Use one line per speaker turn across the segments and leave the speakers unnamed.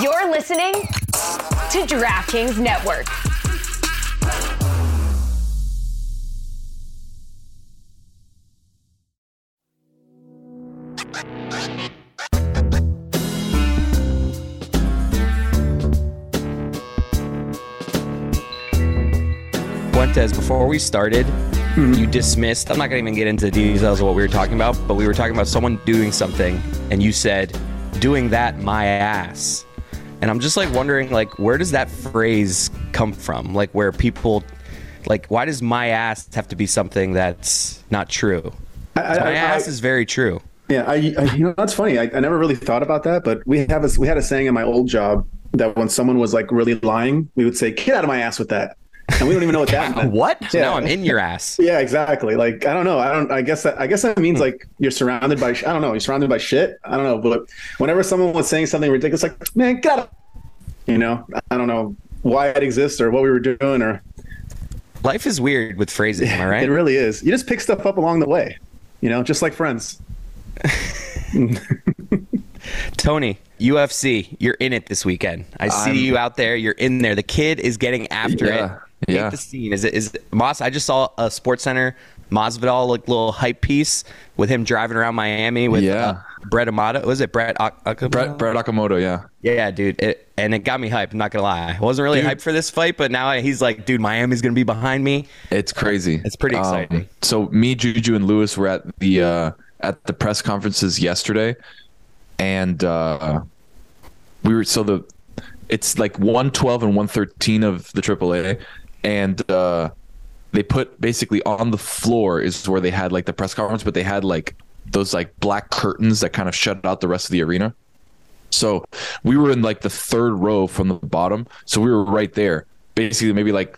You're listening to DraftKings Network.
Fuentes, before we started, you dismissed. I'm not going to even get into the details of what we were talking about, but we were talking about someone doing something, and you said, "Doing that, my ass." And I'm just like wondering, like, where does that phrase come from? Like, where people, like, why does my ass have to be something that's not true?
I-
my
I-
ass
I-
is very true.
Yeah, I, I you know that's funny. I, I never really thought about that, but we have a, we had a saying in my old job that when someone was like really lying, we would say, "Get out of my ass with that," and we don't even know what that meant.
What? So
Yeah.
now I'm in your ass.
Yeah, exactly. Like I don't know. I don't. I guess that. I guess that
Hmm.
means like you're surrounded by. sh- I don't know. You're surrounded by shit. I don't know. But whenever someone was saying something ridiculous, like man, get out. of-" You know, I don't know why it exists or what we were doing or
Life is weird with phrases, am I right?
it really is. You just pick stuff up along the way. You know, just like friends.
Tony, UFC, you're in it this weekend. I see
I'm-
you out there. You're in there. The kid is getting after
Yeah,
it.
yeah.
Make the scene. Is it is it, Moss? I just saw a Sports Center Masvidal like little hype piece with him driving around Miami with
Yeah.
uh, Brett Amato. Was it Brett? Ak- Akamoto?
Brett, Brett Okamoto, yeah.
Yeah, dude. It, and it got me hyped. I'm not gonna lie. I wasn't really
Dude.
hyped for this fight, but now I, he's like, dude, Miami's gonna be behind me.
It's crazy.
It's pretty
Um,
exciting.
so me, Juju, and Lewis were at the uh, at the press conferences yesterday, and uh, we were so the it's like one twelve and one thirteen of the AAA, and uh, they put basically on the floor is where they had like the press conference, but they had like those like black curtains that kind of shut out the rest of the arena. So we were in like the third row from the bottom. So we were right there, basically maybe like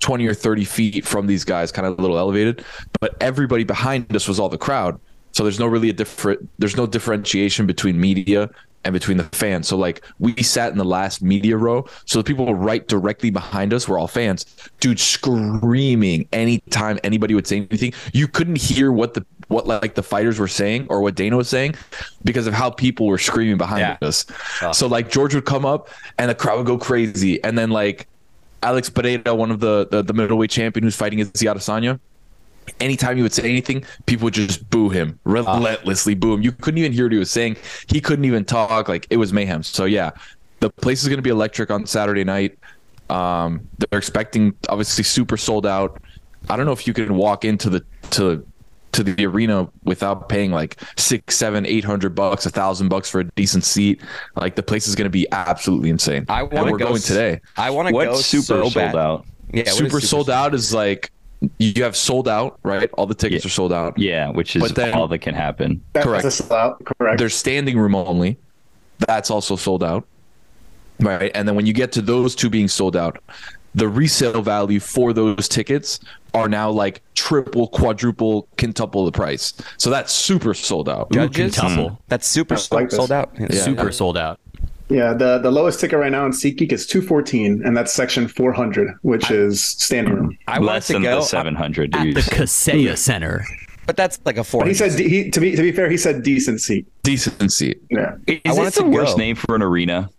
20 or 30 feet from these guys, kind of a little elevated. But everybody behind us was all the crowd. So there's no really a different, there's no differentiation between media and between the fans. So like we sat in the last media row. So the people right directly behind us were all fans. Dude screaming anytime anybody would say anything. You couldn't hear what the what like the fighters were saying or what Dana was saying because of how people were screaming behind
Yeah.
us. So like George would come up and the crowd would go crazy. And then like Alex Pereira, one of the the, the middleweight champion who's fighting Izzy Adesanya, anytime he would say anything, people would just boo him relentlessly. Boo him. You couldn't even hear what he was saying. He couldn't even talk. Like it was mayhem. So yeah, the place is going to be electric on Saturday night. Um, they're expecting obviously super sold out. I don't know if you can walk into the to to the arena without paying like six, seven, eight hundred bucks, a thousand bucks for a decent seat. Like the place is going to be absolutely insane.
I
And
want to
we're going today.
I want to go
What's super
so
sold
bad.
out?
Yeah, what is
super, sold out is like you have sold out, right? All the tickets are sold out.
Yeah, which is
But then-
all that can happen.
That's
Correct.
a sellout. Correct.
There's standing room only. That's also sold out. Right. And then when you get to those two being sold out, the resale value for those tickets are now like triple, quadruple, quintuple the price. So that's super sold out.
Judges?
Quintuple.
That's super
I like this.
sold out. Yeah.
Super sold out.
Yeah, the, the lowest ticket right now on SeatGeek is 214, and that's section 400, which is standing room.
I want
Less
to
than
go.
the 700.
At
dude.
the Kaseya Center.
But that's like a four.
He said de- he, to be to be fair, he said decent seat.
Decency.
Yeah,
I
Is
wanted
this the
to
worst
go.
name for an arena?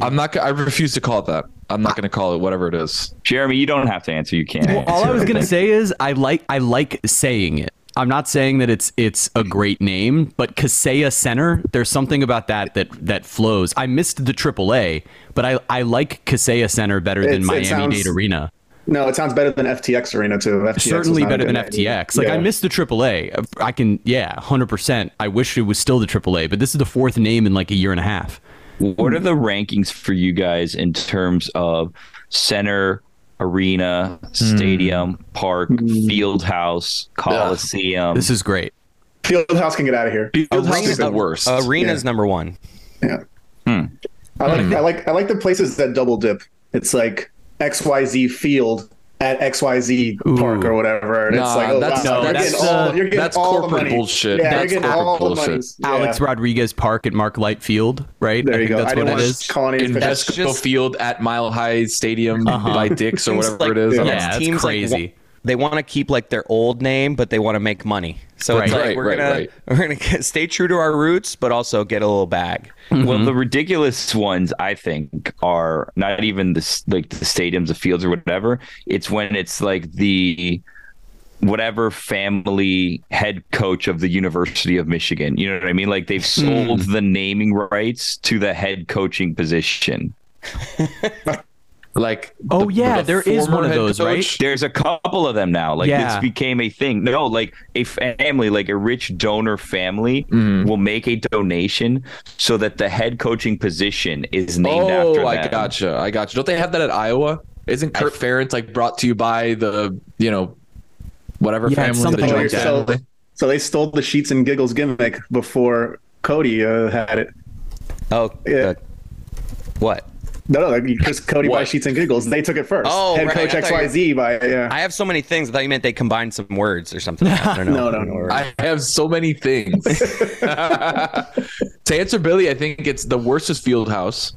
I'm not gonna I refuse to call it that. I'm not gonna call it whatever it is.
Jeremy, you don't have to answer. You can't.
All I
answer.
was gonna say is I like I like saying it. I'm not saying that it's it's a great name, but Kaseya Center, there's something about that that that flows. I missed the AAA, but I I like Kaseya Center better than
It's- it
Miami
sounds-
Dade Arena.
no, it sounds better than FTX Arena too. FTX was
Certainly
not a
better
good
than
idea.
FTX. Like
Yeah.
I missed the AAA. I can yeah, 100%. I wish it was still the AAA, but this is the fourth name in like a year and a half.
What are the rankings for you guys in terms of center, arena,
Hmm.
stadium, park, field house, coliseum?
This is great.
Fieldhouse can get out of here.
Fieldhouse is the
Arena-
worst.
Uh,
Arena's
Yeah.
number one.
Yeah, I like I like I like the places that double dip. It's like XYZ Field at XYZ Park
Ooh.
or whatever. And it's
Nah,
like oh,
that's-
wow,
no,
you're
that's,
getting all
uh,
you're getting
that's
all the
corporate
money.
bullshit.
Yeah,
That's
you're getting all
corporate
the
bullshit.
money.
Alex
yeah.
Rodriguez Park at Mark Light Field, right? I
There you go.
think
I
That's what
didn't
it
want
is.
to call any
That's
Invesco
just-
Field at Mile High Stadium by Dicks or
Seems
whatever
like-
it is. I don't
Uh-huh. Yeah.
know.
that's
like,
crazy.
wa- they want to keep like their old name, but they want to make money. So it's
Right.
like
Right,
we're
right,
gonna
right.
we're gonna get, stay true to our roots, but also get a little bag.
Well,
Mm-hmm.
the ridiculous ones I think are not even the s- like the stadiums, the fields, or whatever. It's when it's like the whatever family head coach of the University of Michigan. You know what I mean? Like they've sold
Mm.
the naming rights to the head coaching position.
Like,
Oh, yeah, there is
former
one of
head
those, right?
There's a couple of them now. Like
Yeah.
this became a thing. No, like a family, like a rich donor family,
Mm-hmm.
will make a donation so that the head coaching position is named after
Oh,
them.
I gotcha. I gotcha. Don't they have that at Iowa? Isn't Kurt Ferentz like brought to you by the you know whatever
Yeah, it's
family?
something
the
like
Jones
that.
family?
Oh, So they stole the sheets and giggles gimmick before Cody uh, had it.
Oh,
Yeah.
uh, what?
No, no, like Chris Cody by
What?
Sheets and Giggles. They took it first.
Oh,
head
right.
coach
I thought you-
XYZ by yeah.
I have so many things. I thought you meant they combined some words or something. I don't know.
No, no, no.
I have so many things. to answer Billy, I think it's the worst is Fieldhouse.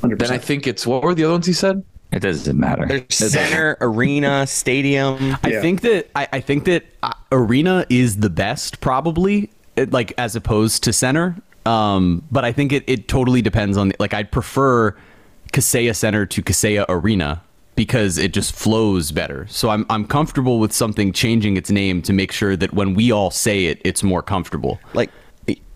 Then I
100%.
think it's what were the other ones he said?
It doesn't matter.
There's center, arena, stadium.
I
Yeah.
think that I, I think that uh, arena is the best probably it- like as opposed to center um but I think it, it totally depends on the, like I'd prefer Kaseya Center to Kaseya Arena because it just flows better. So I'm I'm comfortable with something changing its name to make sure that when we all say it it's more comfortable.
Like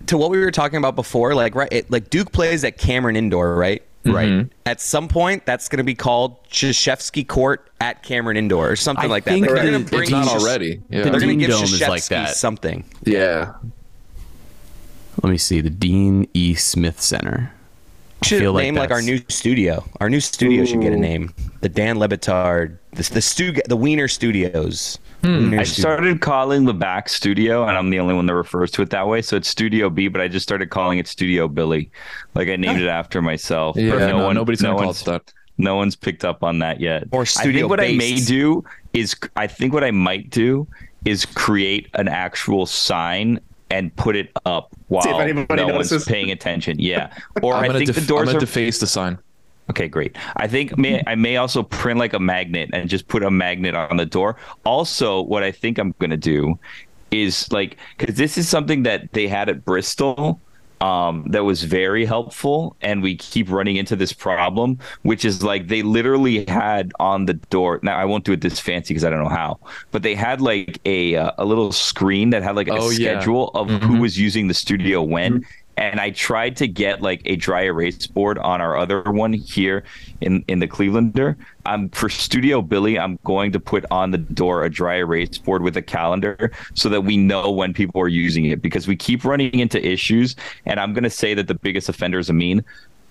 to what we were talking about before. Like right, it, like Duke plays at Cameron Indoor, right?
Right.
Mm-hmm.
At some point, that's going to be called Shashevsky Court at Cameron Indoor or something
I
like that.
think
Like, they're
that
gonna
it's
bring
It's not
Shas-
already.
They're
Yeah.
going
Dean
to give
Dome is
Shashevsky
like that.
something.
Yeah.
Let me see the Dean E Smith Center.
should
feel like
name like, our
that's-
new studio. Our new studio should get a
Ooh.
name. The Dan Lebitard, the the, Stu, the Wiener Studios. Wiener
I
Studios.
started calling the back studio, and I'm the only one that refers to it that way. So it's Studio B, but I just started calling it Studio Billy. Like I named it after myself.
Yeah.
But
No, nobody's gonna call it
one's-
that.
No one's picked up on that yet.
Or
I
Studio
think what I may
Based.
do is I think what I might do is create an actual sign and put it up while no
anybody
one's
notices.
paying attention. Yeah. Or
I'm
I
gonna,
think
def-
the doors
I'm gonna
are
deface the sign.
Okay, great. I think
Mm-hmm.
may, I may also print like a magnet and just put a magnet on the door. Also, what I think I'm going to do is like, because this is something that they had at Bristol um, that was very helpful. And we keep running into this problem, which is like they literally had on the door. Now, I won't do it this fancy because I don't know how, but they had like a, uh, a little screen that had like a
Oh, yeah.
schedule schedule of who
Mm-hmm.
was using the studio when. And I tried to get like a dry erase board on our other one here in, in the Clevelander. I'm for Studio Billy, I'm going to put on the door a dry erase board with a calendar so that we know when people are using it because we keep running into issues. And I'm going to say that the biggest offenders are mean.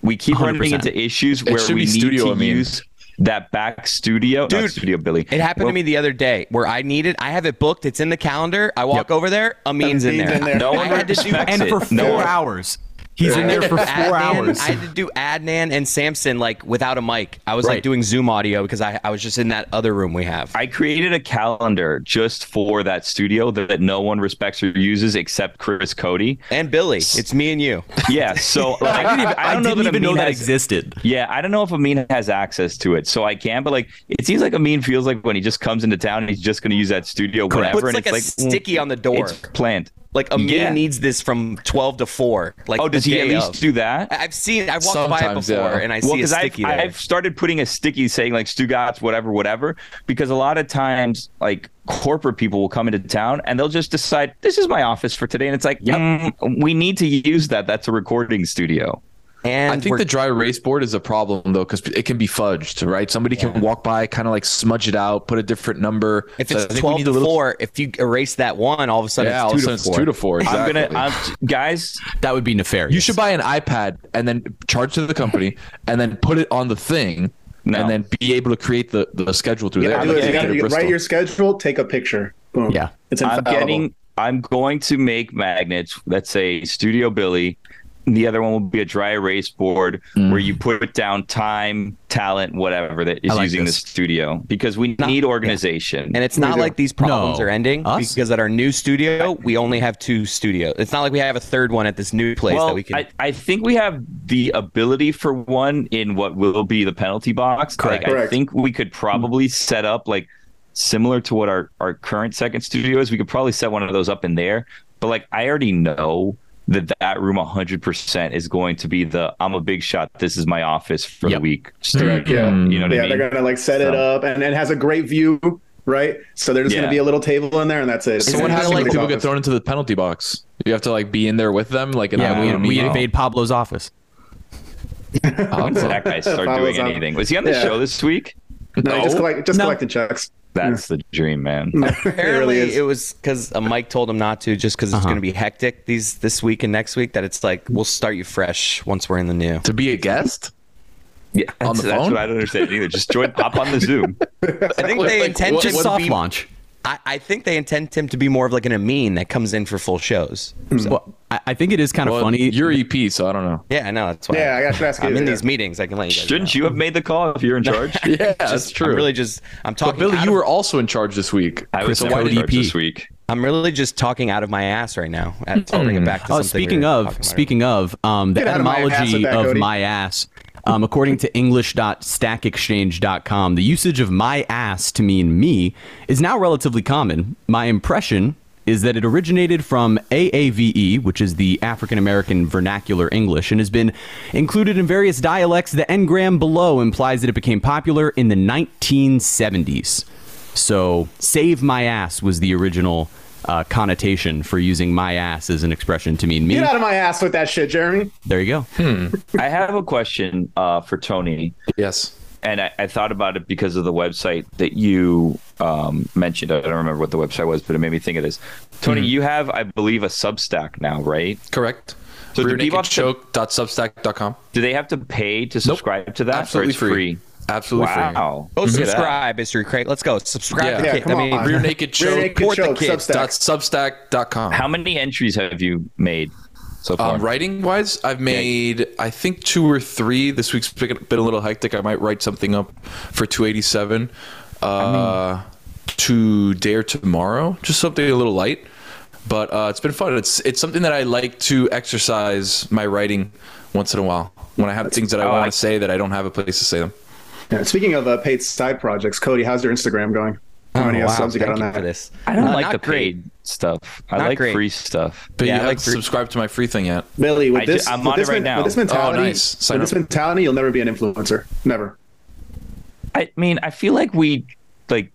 We keep running
100%.
into issues where
should
we
be
need
Studio
to
Amin.
use that back studio, not
Dude,
Studio Billy.
It happened
Well,
to me the other day where I needed. I have it booked. It's in the calendar. I walk over there. Amin's in
Amin's
there.
in there.
No
I
one
had to do-
respects
And
it.
for 4
No one-
hours. He's in there for 4
Adnan-
hours.
I had to do Adnan and Samson like without a mic. I was
Right.
like doing Zoom audio because I, I was just in that other room we have.
I created a calendar just for that studio that, that no one respects or uses except Chris Cody.
and Billy, it's me and you.
Yeah, so like, I, didn't even, I
I
don't
didn't
know that
even know
Amin
that
has-
existed.
Yeah, I don't know if Amin has access to it, so I can. But like, it seems like Amin feels like when he just comes into town, he's just going to use that studio
Puts
whenever,
like
and
a
it's like mm,
sticky on the door.
It's planned.
Like Amin
Yeah.
needs this from twelve to four. Like
Oh, does
the
he at
day
least
of.
do that?
I- I've seen. I've walked by it
Sometimes,
before,
yeah.
and I
well,
see a
because I've,
sticky there.
I've started putting a sticky saying like Stugatz, whatever, whatever, because a lot of times like corporate people will come into town and they'll just decide this is my office for today, and it's like, mm, we need to use that. That's a recording studio.
and
I think
we're-
the dry erase board is a problem though, because it can be fudged, right? Somebody can walk by, kind of like smudge it out, put a different number.
if
So I
it's
think we
twelve
need a
to
little-
four, if you erase that one, all of a sudden
yeah, all of a
it's two
sudden
to
it's
four.
two to four. Exactly.
I'm gonna, I'm, guys,
That would be nefarious.
You should buy an iPad and then charge to the company and then put it on the thing
No.
and then be able to create the, the schedule through there.
Yeah,
I'm
do
not
it. You
gonna
gotta-
do it
you
at
write
Bristol.
your schedule, take a picture. Boom.
Yeah.
it's
I'm
infallible.
getting. I'm going to make magnets. Let's say Studio Billy. and The other one will be a dry erase board where
Mm.
you put down time, talent, whatever that is
like
using
this.
the studio because we need organization.
And it's not like these problems
No.
are ending
Us?
because at our new studio we only have two studios. It's not like we have a third one at this new place that we can.
I, I think we have the ability for one in what will be the penalty box. Like, I
Correct.
think we could probably set up like similar to what our, our current second studio is. We could probably set one of those up in there. But like, I already know that that room 100% is going to be the I'm a big shot. This is my office for
Yep.
the week.
Correct, yeah.
You know what
yeah,
I mean?
they're gonna like set it
Mm-hmm. So-
up, and and it has a great view, right? So there's
Yeah.
gonna be a little table in there, and that's it.
So
Isn't
what
it
happens when
like-
people get thrown into the penalty box? You have to like be in there with them, like in
Yeah,
a
we, we
meeting?
invade Pablo's office.
When did that guy start
Follows
doing
up.
anything? Was he on the
Yeah.
show this week?
No, you just collect, just
No.
collecting checks.
That's the dream, man.
Apparently,
really is.
it was because Mike told him not to, just because it's going to be hectic these this week and next week. That it's like we'll start you fresh once we're in the new.
to be a guest?
Yeah,
On
that's,
the
that's
phone?
what I don't understand either. Just join, hop on the Zoom.
I think
Like,
they
what-
intend
what-
to
Just
would
soft
be-
launch.
I, I think they intend him to be more of like an Amin that comes in for full shows.
Well, I, I think it is kind of
Hmm. Well,
funny. Uh,
You're EP, so I don't know.
Yeah, I know. That's why.
Yeah, I should ask you.
I'm in
yeah.
these meetings. I can let you guys.
Shouldn't you have made the call if you're in charge?
Yeah, that's
know.
true.
I'm really just. I'm
but
talking.
Billy,
out
you
of-
were also in charge this week.
I was
Crystal
never in
Code
charge
EP.
this week.
I'm really just talking out of my ass right now. At holding it back to
Oh,
something we
speaking
were talking
of,
about
speaking of, um, the
Get out of my ass with
etymology
that,
of
Cody.
my ass, um, according to English.stackexchange.com, the usage of my ass to mean me is now relatively common. My impression is that it originated from AAVE, E, which is the African American Vernacular English, and has been included in various dialects. The engram below implies that it became popular in the 1970s. So, save my ass was the original uh, connotation for using my ass as an expression to mean me.
Get out of my ass with that shit, Jeremy.
There you go.
I have a question uh, for Tony,
Yes.
and I, I thought about it because of the website that you um, mentioned. I don't remember what the website was, but it made me think of this. Tony,
Mm-hmm.
you have, I believe, a Substack now, right?
Correct. So
So do
Rear
people
naked
have to-
choke.substack.com.
Do they have to pay to subscribe to that? or
Absolutely
it's
free. Absolutely
Wow.
Go
Look at that.
subscribe, Mr. Crate. Let's go. Subscribe
Yeah.
to
Yeah,
Kit.
come
I mean,
on.
free. Rear naked
Rear
choke.
naked
support the
choke,
kids.
dot
Substack.
Substack.com.
How many entries have you made so far?
Um, writing wise, I've made I think two or three. This week's been been a little hectic. I might write something up for 287 uh, today or tomorrow. Just something a little light, but uh, it's been fun. It's it's something that I like to exercise my writing once in a while when I have things that I
Oh,
want
I-
to say that I don't have a place to say them.
Yeah, Speaking of uh, paid side projects, Cody, how's your Instagram going? How many
oh, wow,
subs you got
thank
on that?
for this.
I don't
Uh,
like
not
the
great.
paid stuff. I
Not
like
great.
free stuff.
But
Yeah, I
you
like
haven't
to-
subscribed to my free thing yet.
Billy,
I
with
ju-
this,
I'm
with
on it
this,
right
men-
now.
with this
Oh,
mentality,
nice. Sign
with this
up.
mentality, you'll never be an influencer. Never.
I mean, I feel like we like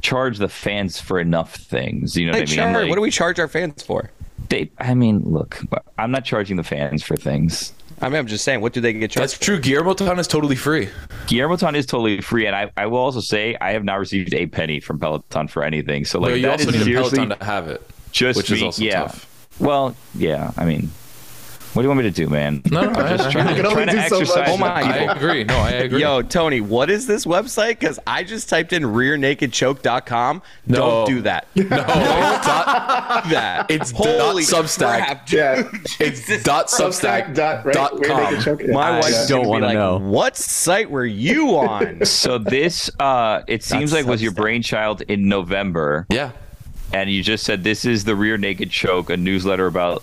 charge the fans for enough things. You know
Hey,
what I mean?
Char,
Like,
what do we charge our fans for?
They, I mean, look, I'm not charging the fans for things.
I mean, I'm just saying, what do they get charged?
That's true. Guillermo Town is totally free.
Guillermo Ton is totally free, and I, I will also say I have not received a penny from Peloton for anything. So
But
like
you
that
also
is
need a
seriously
Peloton to have it,
just
which
me.
is also
yeah.
tough.
Well, yeah. I mean, what do you want me to do, man?
No, no, I,
trying
can
to,
only
trying to
do so much.
exercise.
Oh my
I
people.
agree. No, I agree.
Yo, Tony, what is this website? Because I just typed in rearnakedchoke.com.
No.
Don't do that.
No, it's dot,
that.
it's
Holy
dot Substack.
crap, dude.
Yeah.
It's dot Substack
dot, right?
dot
Rear
com.
naked choke. Yeah.
My
Yeah.
wife's gonna
don't
be
wanna
like,
know.
What site were you on?
So this, uh, it seems like was your
Substack.
brainchild in November.
Yeah,
and you just said this is the rear naked choke a newsletter about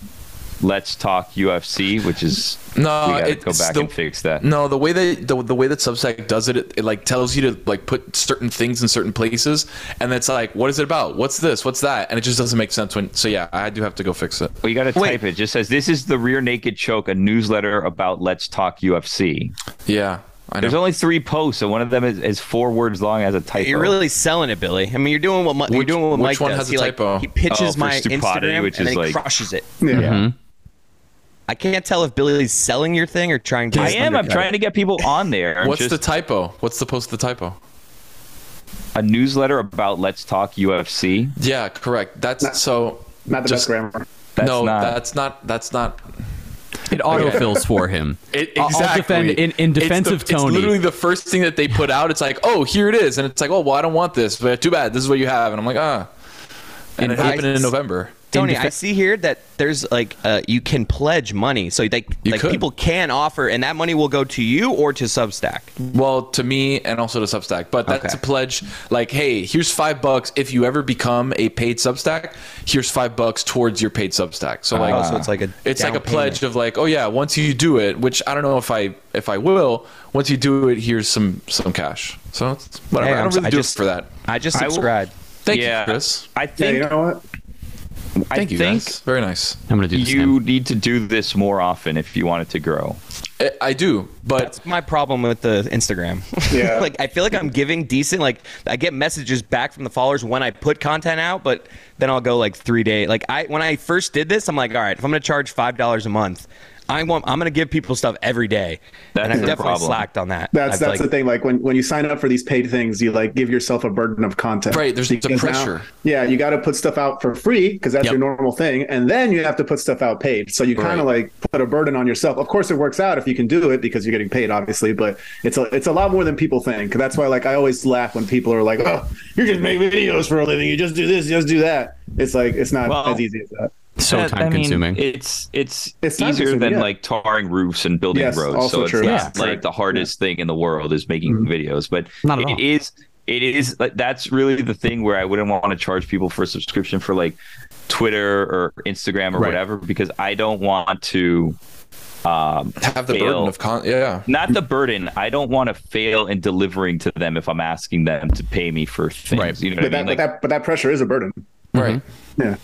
let's talk ufc which is
No,
we gotta
it's
go back
the-
and fix that
no. The way that the, the way that Substack does it, it, it like tells you to like put certain things in certain places, and it's like, what is it about? What's this? What's that? And it just doesn't make sense. When so yeah, I do have to go fix it.
well, you gotta
Wait.
type it. it just says this is the rear naked choke a newsletter about let's talk ufc
Yeah, I know.
there's only three posts and one of them is, is four words long as a typo
You're really selling it, Billy. I mean, you're doing what Mi- you're
Which-
doing what
which
Mike
one
does.
has a
he like
typo?
he pitches
Oh, for
my
stupidity,
Instagram
which
and
is
then he
like-
crushes it.
Yeah.
I can't tell if Billy's selling your thing or trying to.
i am i'm trying to get people on there I'm
What's
just
the typo? What's the post? The typo?
a newsletter about let's talk ufc
Yeah, correct. That's so.
Not the best
just-
grammar.
that's
no,
not
that's not. That's not.
It autofills for him.
It,
I'll-
exactly.
I'll defend in, in
It's
defense
the-
of Tony.
It's literally the first thing that they put out. It's like, oh, here it is, and it's like, oh, well, I don't want this, but too bad. This is what you have, and I'm like, ah. And it
Advice.
happened in November.
Tony,
defe-
I see here that there's like uh, you can pledge money, so like
You
like
could.
people can offer, and that money will go to you or to Substack.
Well, to me and also to Substack, but that's
Okay.
a pledge. Like, hey, here's five bucks if you ever become a paid Substack. Here's five bucks towards your paid Substack. So like,
Oh, so it's like a
it's like
down
a pledge of like, oh yeah, once you do it, which I don't know if I if I will. Once you do it, here's some some cash. So it's whatever.
Hey,
I
I'm
don't
s-
really
I
do
just-
it for that.
I just
I will-
subscribe.
Thank
yeah,
you, Chris.
I
Yeah,
think
you know what?
I
Thank you,
think
guys. Very nice.
I'm gonna do this.
you need to do this more often if you want it to grow.
I, I do, but
That's my problem with the Instagram.
Yeah.
like I feel like I'm giving decent. Like I get messages back from the followers when I put content out, but then I'll go like three day. Like I when I first did this, I'm like, all right, if I'm gonna charge five dollars a month, I want I'm gonna give people stuff every day.
That's
and I've
the
definitely
problem.
slacked on that.
That's
I've,
that's
like,
the thing. Like when, when you sign up for these paid things, you like give yourself a burden of content.
Right, there's the
Because now-
pressure.
yeah, you got to put stuff out for free because that's
Yep.
your normal thing, and then you have to put stuff out paid. So you kind of like put a burden on yourself. Of course, it works out if you can do it because you're getting paid, obviously. But it's a it's a lot more than people think. That's why like I always laugh when people are like, "Oh, you just make videos for a living. You just do this. You just do that." It's like it's not
Well-
as easy as that.
so
That- I
time
mean,
consuming.
It's it's,
It's time
easier
consuming,
than
yeah.
like tarring roofs and building
Yes,
roads.
also
So it's
true. Mm-hmm.
not
Yeah.
like
Correct.
the hardest thing in the world is making videos, but
Not at
it
all.
is- It is like that's really the thing where I wouldn't want to charge people for a subscription for like Twitter or Instagram or
Right.
whatever because I don't want to
have the
Fail.
burden of con. Yeah.
not the burden. I don't want to fail in delivering to them if I'm asking them to pay me for things.
Right.
You know
But
what I
that,
mean? Like,
but that but that pressure is a burden.
Right.
Yeah.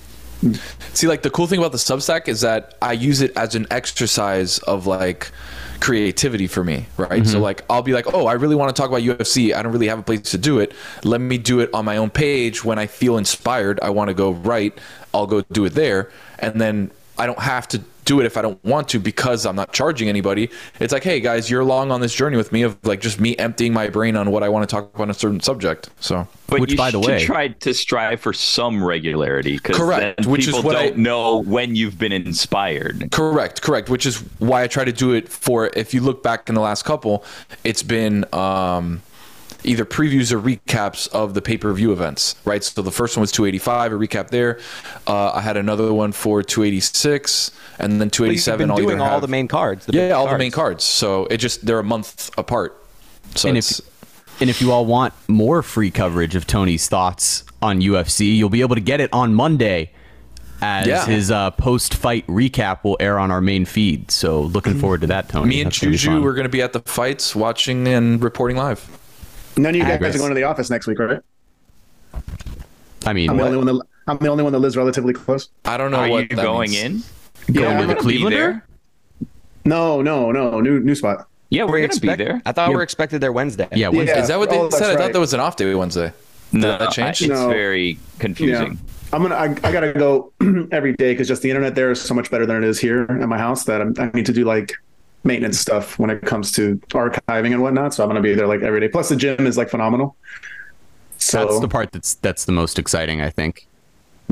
See, like the cool thing about the Substack is that I use it as an exercise of like creativity for me, right? So like I'll be like, "Oh, I really want to talk about UFC. I don't really have a place to do it. Let me do it on my own page when I feel inspired. I want to go write. I'll go do it there." And then I don't have to do it if I don't want to because I'm not charging anybody. It's like, "Hey guys, you're along on this journey with me of like just me emptying my brain on what I want to talk about on a certain subject." So
But
Which,
you
by the
should
way-
try to strive for some regularity because
Correct,
then
which is
people
what I-
don't know when you've been inspired.
Correct, correct. Which is why I try to do it for. If you look back in the last couple, it's been um, either previews or recaps of the pay per view events, right? So the first one was 285, a recap there. Uh, I had another one for 286, and then
But you've
287.
been
all
doing
you
all
have-
the main cards. the
yeah,
big
all the main cards. So it just they're a month apart. So
and
it's,
if and if you all want more free coverage of Tony's thoughts on UFC, you'll be able to get it on Monday. As
Yeah.
his uh, post-fight recap will air on our main feed, so looking forward to that, Tony.
me and
That's gonna be
Juju
fun.
were going to be at the fights, watching and reporting live.
None of you guys
Aggress.
are going to the office next week, right?
I mean,
I'm the only one that I'm the only one that lives relatively close.
I don't know
Are
what
you
that
going
means.
in?
going
Yeah.
to the
gonna be
Clevelander.
there.
No, no, no. New new spot.
Yeah, we're,
We're
gonna
expect-
be there.
I thought we were expected there Wednesday.
Yeah, Wednesday.
Is that what they
Oh, that's
said? I
right.
thought that was an off day Wednesday.
No,
that change?
I- it's
No.
very confusing.
I'm gonna. I, I gotta go every day because just the internet there is so much better than it is here at my house that I'm, I need to do like maintenance stuff when it comes to archiving and whatnot. So I'm gonna be there like every day. Plus the gym is like phenomenal. So
That's the part that's that's the most exciting, I think.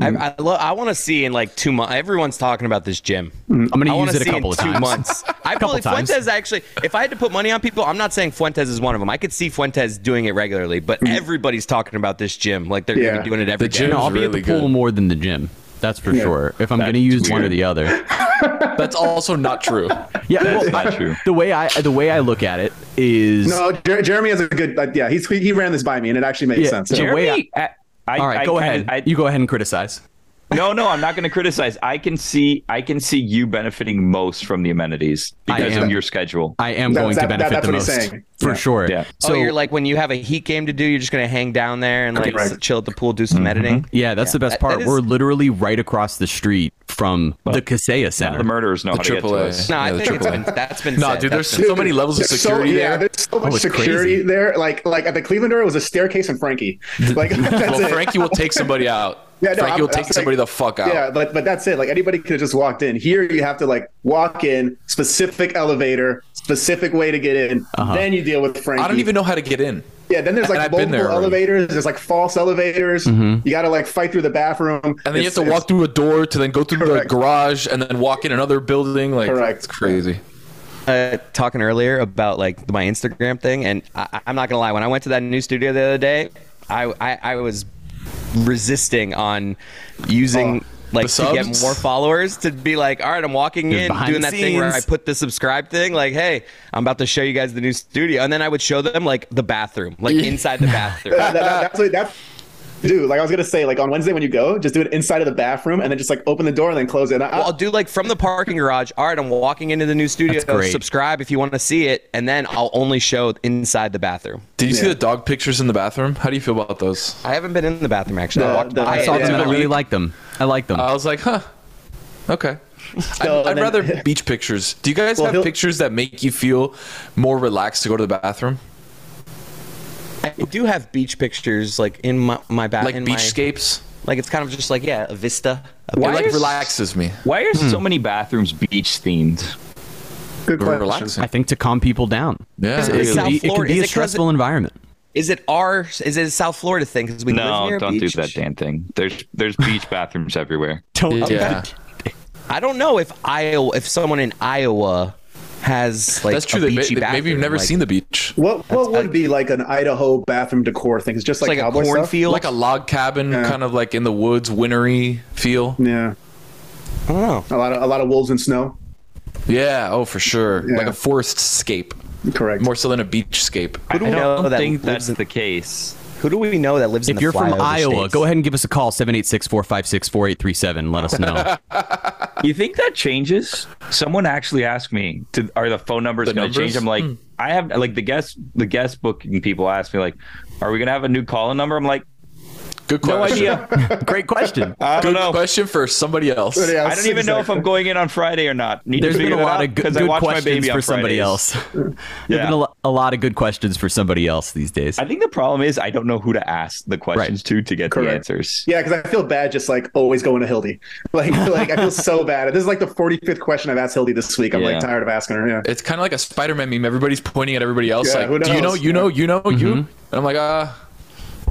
I, I, lo- I want to see in like two months. Everyone's talking about this gym.
Mm, I'm
I
gonna
want to
use it
see
a couple
in
of
two
times.
months. I
Couple
believe
times.
Fuentes actually. If I had to put money on people, I'm not saying Fuentes is one of them. I could see Fuentes doing it regularly, but everybody's talking about this gym. Like they're gonna
Yeah.
be doing it every
The
day.
gym-
No, I'll be
Really
at the pool
good.
more than the gym. That's for
Yeah.
sure. If I'm
That's
going to use one or
weird.
the other,
That's also not true.
yeah. Well,
Not true.
the way I the way I look at it is
no, Jer- Jeremy has a good. Uh, yeah, he's he, he ran this by me and it actually makes
Yeah,
sense.
Jer-
So,
way
Jeremy, I, I,
all right.
I
go
kinda-
ahead.
I-
you go ahead and criticize.
no, no, I'm not going to criticize. I can see, I can see you benefiting most from the amenities because
am-
of your schedule.
I am
That-
going to
that-
benefit
that's
the
what he's
most
saying.
for
Yeah.
sure.
Yeah.
So
So
Oh, you're like when you have a heat game to do, you're just gonna hang down there and like
Right.
s- chill at the pool, do some editing.
yeah, that's the best
That- that
part.
is-
We're literally right across the street from the Kaseya
the
Center.
murderers know
The
how to get to
AAA.
us.
No,
Yeah,
I
the
think it's
triple A.
been, that's been.
No,
said.
dude, there's
That's
so many levels of
There's so-
security
yeah,
there. Oh,
there's so much
it's
security
crazy.
there. Like like at the Cleveland door, it was a staircase and Frankie. Like that's
Well,
it.
Frankie will take somebody out.
Yeah, no,
Frankie
I'm-
will
I'm
take
saying-
somebody the fuck out.
Yeah, but but that's it. Like anybody could have just walked in. Here you have to like walk in, specific elevator, specific way to get in. Then you deal with Frankie.
Uh-huh. I don't even know how to get in.
Yeah, then there's
and
like
I've been
multiple
there already. Mm-hmm.
elevators. There's like false elevators. You got to like fight through the bathroom.
And then you have to walk through a door to then go through
Correct.
the garage and then walk in another building. Like,
Correct.
it's crazy.
uh, talking earlier about like my Instagram thing, and I, I'm not gonna lie, when I went to that new studio
Oh,
the other day, I I, I was resisting on using like
The
to get
subs?
more followers to be like, all right, I'm walking
You're
in
behind
doing
the
that thing where I
scenes."
put the subscribe thing, like, hey, I'm about to show you guys the new studio, and then I would show them like the bathroom, like inside the bathroom.
That- that- that's what that's do. Like I was gonna say, like on Wednesday when you go, just do it inside of the bathroom and then just like open the door and then close it. And I,
Well, I'll do like from the parking garage. All right, I'm walking into the new studio.
great.
Subscribe if you want to see it, and then I'll only show inside the bathroom.
Did you see
Yeah.
the dog pictures in the bathroom? How do you feel about those?
I haven't been in the bathroom actually. I
The-
walked
the-
by
I saw
it.
them and I
Yeah.
really liked them. I like them.
Oh.
I was like, huh, okay.
So
I'd
then-
rather beach pictures. Do you guys
Well,
have
he'll-
pictures that make you feel more relaxed to go to the bathroom?
I do have beach pictures like in my my bath,
Like
in my-
beachscapes?
Like it's kind of just like yeah, a vista. A
It
Why
like
is-
relaxes me.
Why are so many bathrooms beach themed?
good question.
Relaxing.
I think to calm people down.
Yeah.
It,
It's
can
South
be, it can
Florida. Is it
be a
'cause
stressful environment.
Is it our? Is it a South Florida thing? Because we live
No,
near a
don't
beach.
do that damn thing. There's there's beach bathrooms everywhere.
Don't
Yeah.
I don't know if Iowa, if someone in Iowa has like
That's true.
A
They, may-
beachy
they- maybe you've
bathroom,
never
like-
seen the beach.
What what would be like an Idaho bathroom decor thing? It's just
It's like
like,
a
cowboy stuff?
cornfield.
Like a log cabin,
Yeah.
kind of like in the woods, wintry feel.
Yeah,
I don't know.
a lot of a lot of wolves and snow.
Yeah. Oh, for sure.
Yeah.
Like a forest scape,
Correct.
more so than a beachscape.
I
we know
don't
that
think
lives
that's
in-
the case.
Who do we know that lives in
If
the
you're from
flyover
Iowa,
states?
go ahead and give us a call 786-456-4837 and let us know.
You think that changes? Someone actually asked me, to, "Are the phone numbers
The
going to
numbers?
change?" I'm
Hmm.
like, I have like the guest the guest booking people ask me like, "Are we going to have a new call in number?" I'm like,
Good
"No
question.
idea.
Great question.
I don't
Good
know.
question for somebody else.
Yeah,
I don't even know if I'm going in on Friday or not. Need to
There's been
figure
a
that
lot
out
of good,
'cause I
good
watch my
questions
baby on
for somebody
Fridays.
else. There've been
Yeah.
a, lo- a lot of good questions for somebody else these days.
I think the problem is I don't know who to ask the questions to to get
Correct.
the answers.
Yeah, because I feel bad just like always going to Hildy. Like, like I feel so bad. This is like the 45th question I've asked Hildy this week. I'm
Yeah.
like tired of asking her. Yeah.
It's kind of like a Spider-Man meme. Everybody's pointing at everybody else.
Yeah, who
like, do you know?
knows?
You know? You know? You?
Mm-hmm.
And I'm like, ah.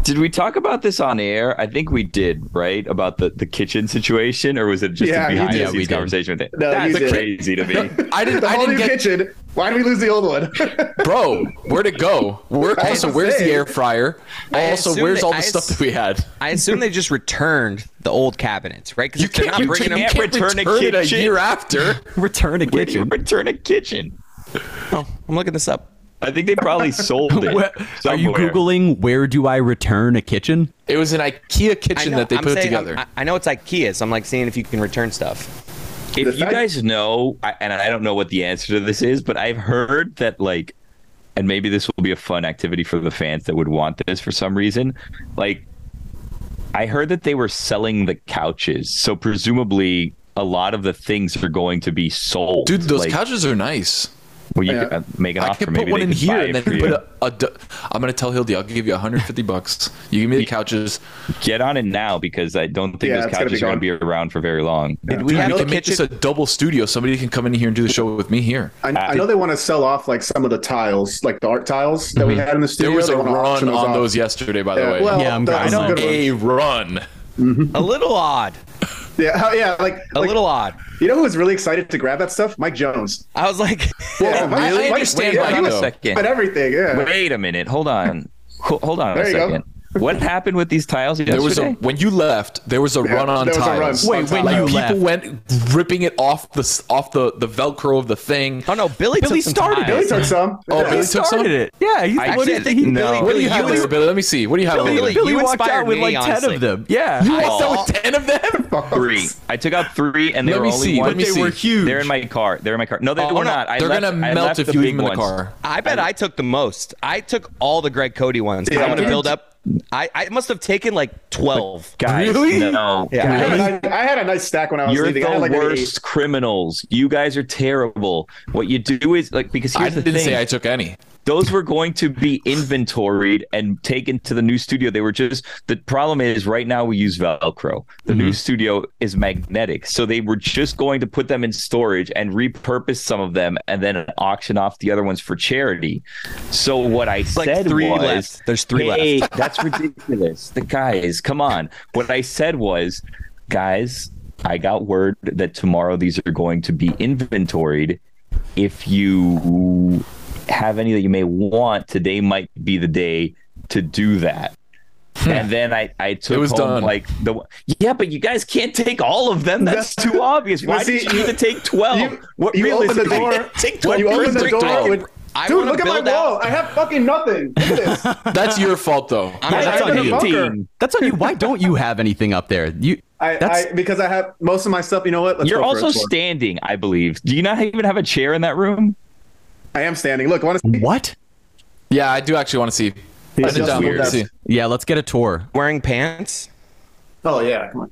Did we talk about this on air? I think we did, right? About the, the kitchen situation, or was it just
Yeah,
a
you
behind
did.
the
Yeah,
we
scenes
did.
conversation with it?
No, you
That's
did.
crazy to me.
I didn't.
The
I
whole
didn't
new
get.
kitchen. Why did we lose the old one?
Bro, where'd it go? Where, also,
what I'm
where's the
saying.
air fryer?
I
Also,
assume
where's
they-
all the
I
stuff
ass-
that we had?
I assume they just returned the old cabinets, right? Because
You can't, you
bringing
can't
them.
return,
return a
it a
kitchen.
year after.
Return a
Where do you
kitchen.
return a kitchen?
Oh, I'm looking this up.
I think they probably sold it.
Where- are you
somewhere.
Googling where do I return a kitchen?
It was an IKEA
I
kitchen
know,
that they
I'm
put
saying- I'm-
together.
I, I know it's IKEA, so I'm like seeing if you can return stuff.
If
The
you
fact-
guys know, I, and I don't know what the answer to this is, but I've heard that like, and maybe this will be a fun activity for the fans that would want this for some reason. Like, I heard that they were selling the couches, so presumably a lot of the things are going to be sold.
Dude, those
Like,
couches are nice.
Well, you
Yeah.
could uh, make an
I
offer.
could put
Maybe
one
they
in
could
here
buy
and
it
then
for you.
put a. a du- I'm gonna tell Hildy. I'll give you 150 bucks. You give me the couches.
Get on it now because I don't think
Yeah, it's
those
gonna
couches
be
are going
gone.
to be around for very long.
Did we
Dude,
have
we
the
can make this a
kitchen?
double studio. Somebody can come in here and do the show with me here.
I, I know they want to sell off like some of the tiles, like the art tiles that we had in the
There
studio.
was
They
a
wanna
run
auction
on
off.
those yesterday, by the
Yeah,
way.
well,
Yeah, I'm
that
glad
was a
I
good one.
a run.
A little odd.
Yeah, oh, yeah. Like,
A
like,
little odd.
You know who was really excited to grab that stuff? Mike Jones.
I was like,
Yeah, Mike-
Oh, really?
Mike-
I understand
yeah,
why
he
you
was
though.
But everything, yeah.
Wait a minute. Hold on. Ho- Hold on
There
a
you go.
second. What happened with these tiles yesterday?
There was a when you left. There was a run on
there was a run.
tiles.
Wait, when
Like,
you
people
left.
went ripping it off the s- off the the Velcro of the thing.
oh no, Billy,
Billy
took some
started
time.
Billy took some.
Oh,
Yeah.
Billy took some.
it. Yeah. He's,
I
what do you
did.
think? he-
No.
What do
Billy,
you have
you
later,
ins-
Billy? Let me see. What do you have
Billy,
later?
Billy
You
walked
inspired
out with
me,
like ten
honestly.
of them. Yeah.
You walked out with ten of them.
three. I took out three, and they
Let
were
me
only
see.
one.
Let me
they
see.
were huge. They're in my car. They're in my car. No, they
Oh,
were
no.
not. I
They're
left-
gonna
I
melt
left
if
the
you
big
leave them in the
ones.
car.
I bet I took the most. I took all the Greg Cody ones.
Yeah.
I'm gonna
Yeah.
build up. I, I must have taken like twelve.
Guys,
Really?
no.
I,
Yeah.
had a nice, I had a nice stack when I was
You're
leaving.
the
I had like an eight.
worst criminals. You guys are terrible. What you do is like because
I
here's the
didn't
thing.
say I took any.
those were going to be inventoried and taken to the new studio. They were just the problem is right now we use Velcro. The
Mm-hmm.
new studio is magnetic, so they were just going to put them in storage and repurpose some of them and then auction off the other ones for charity. So what I
like
said
three
was,
left. There's three left.
"Hey, that's ridiculous. The guys, come on. What I said was, guys, I got word that tomorrow these are going to be inventoried. If you have any that you may want, today might be the day to do that.
Hmm.
and then I I took
was
home
done.
like the one- yeah, but you guys can't take all of them. That's too obvious. Why
see,
did you
you-
need to take twelve?
You,
what
you open the
realistically-
door.
Take
when you
12
open the
bricks, I
door
can-
with.
I
Dude,
wanna
look at my
build out-
wall. I have fucking nothing. Look at this.
That's your fault, though.
I mean,
I
that's
opened
on
a
you.
bunker.
That's on you. Why don't you have anything up there? You.
I,
that's
I because I have most of my stuff. You know what? Let's
You're
go for
also
it, Flo.
standing, I believe. Do you not even have a chair in that room?
I am standing. Look, I want to see.
what?
yeah, I do actually want to see. Put it
just
down.
weird.
Let's see.
Yeah, let's get a tour.
Wearing pants.
Oh yeah, come on.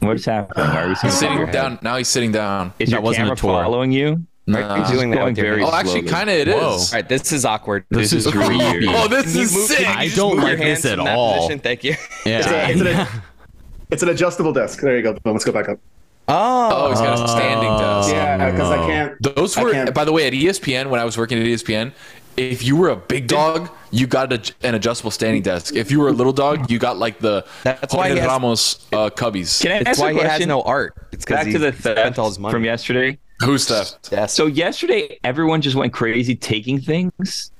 What's happening? Why Are we seeing
Sitting
your head?
down. Now he's sitting down.
Is
That
your
wasn't a
camera
tour.
following you?
Nah.
Are you doing that
Going
out there?
very
Oh, actually,
slowly.
kind of it
Whoa.
is.
All right, this is awkward.
This, is, creepy.
weird.
Oh, this
Can you
is
move-
sick.
can you
I
just
don't
move your
like this
hands
at
in that
all.
Position? Thank you.
Yeah.
It's, an, it's an adjustable desk. There you go. Boom. Let's go back up.
Oh,
Oh, he's got a standing desk.
Yeah, because I can't.
Those
I
were,
can't-
by Oh, the way, at E ESPN when I was working at E ESPN. If you were a big dog, you got a, an adjustable standing desk. If you were a little dog, you got like the
That's why
Jorge
he has-
Ramos uh, cubbies.
Can I
It's
ask
why
a
he
question?
has no art. It's 'cause
Back
he
to the
spent
theft
all his money.
from yesterday.
Who's theft?
Yes.
So yesterday, everyone just went crazy taking things.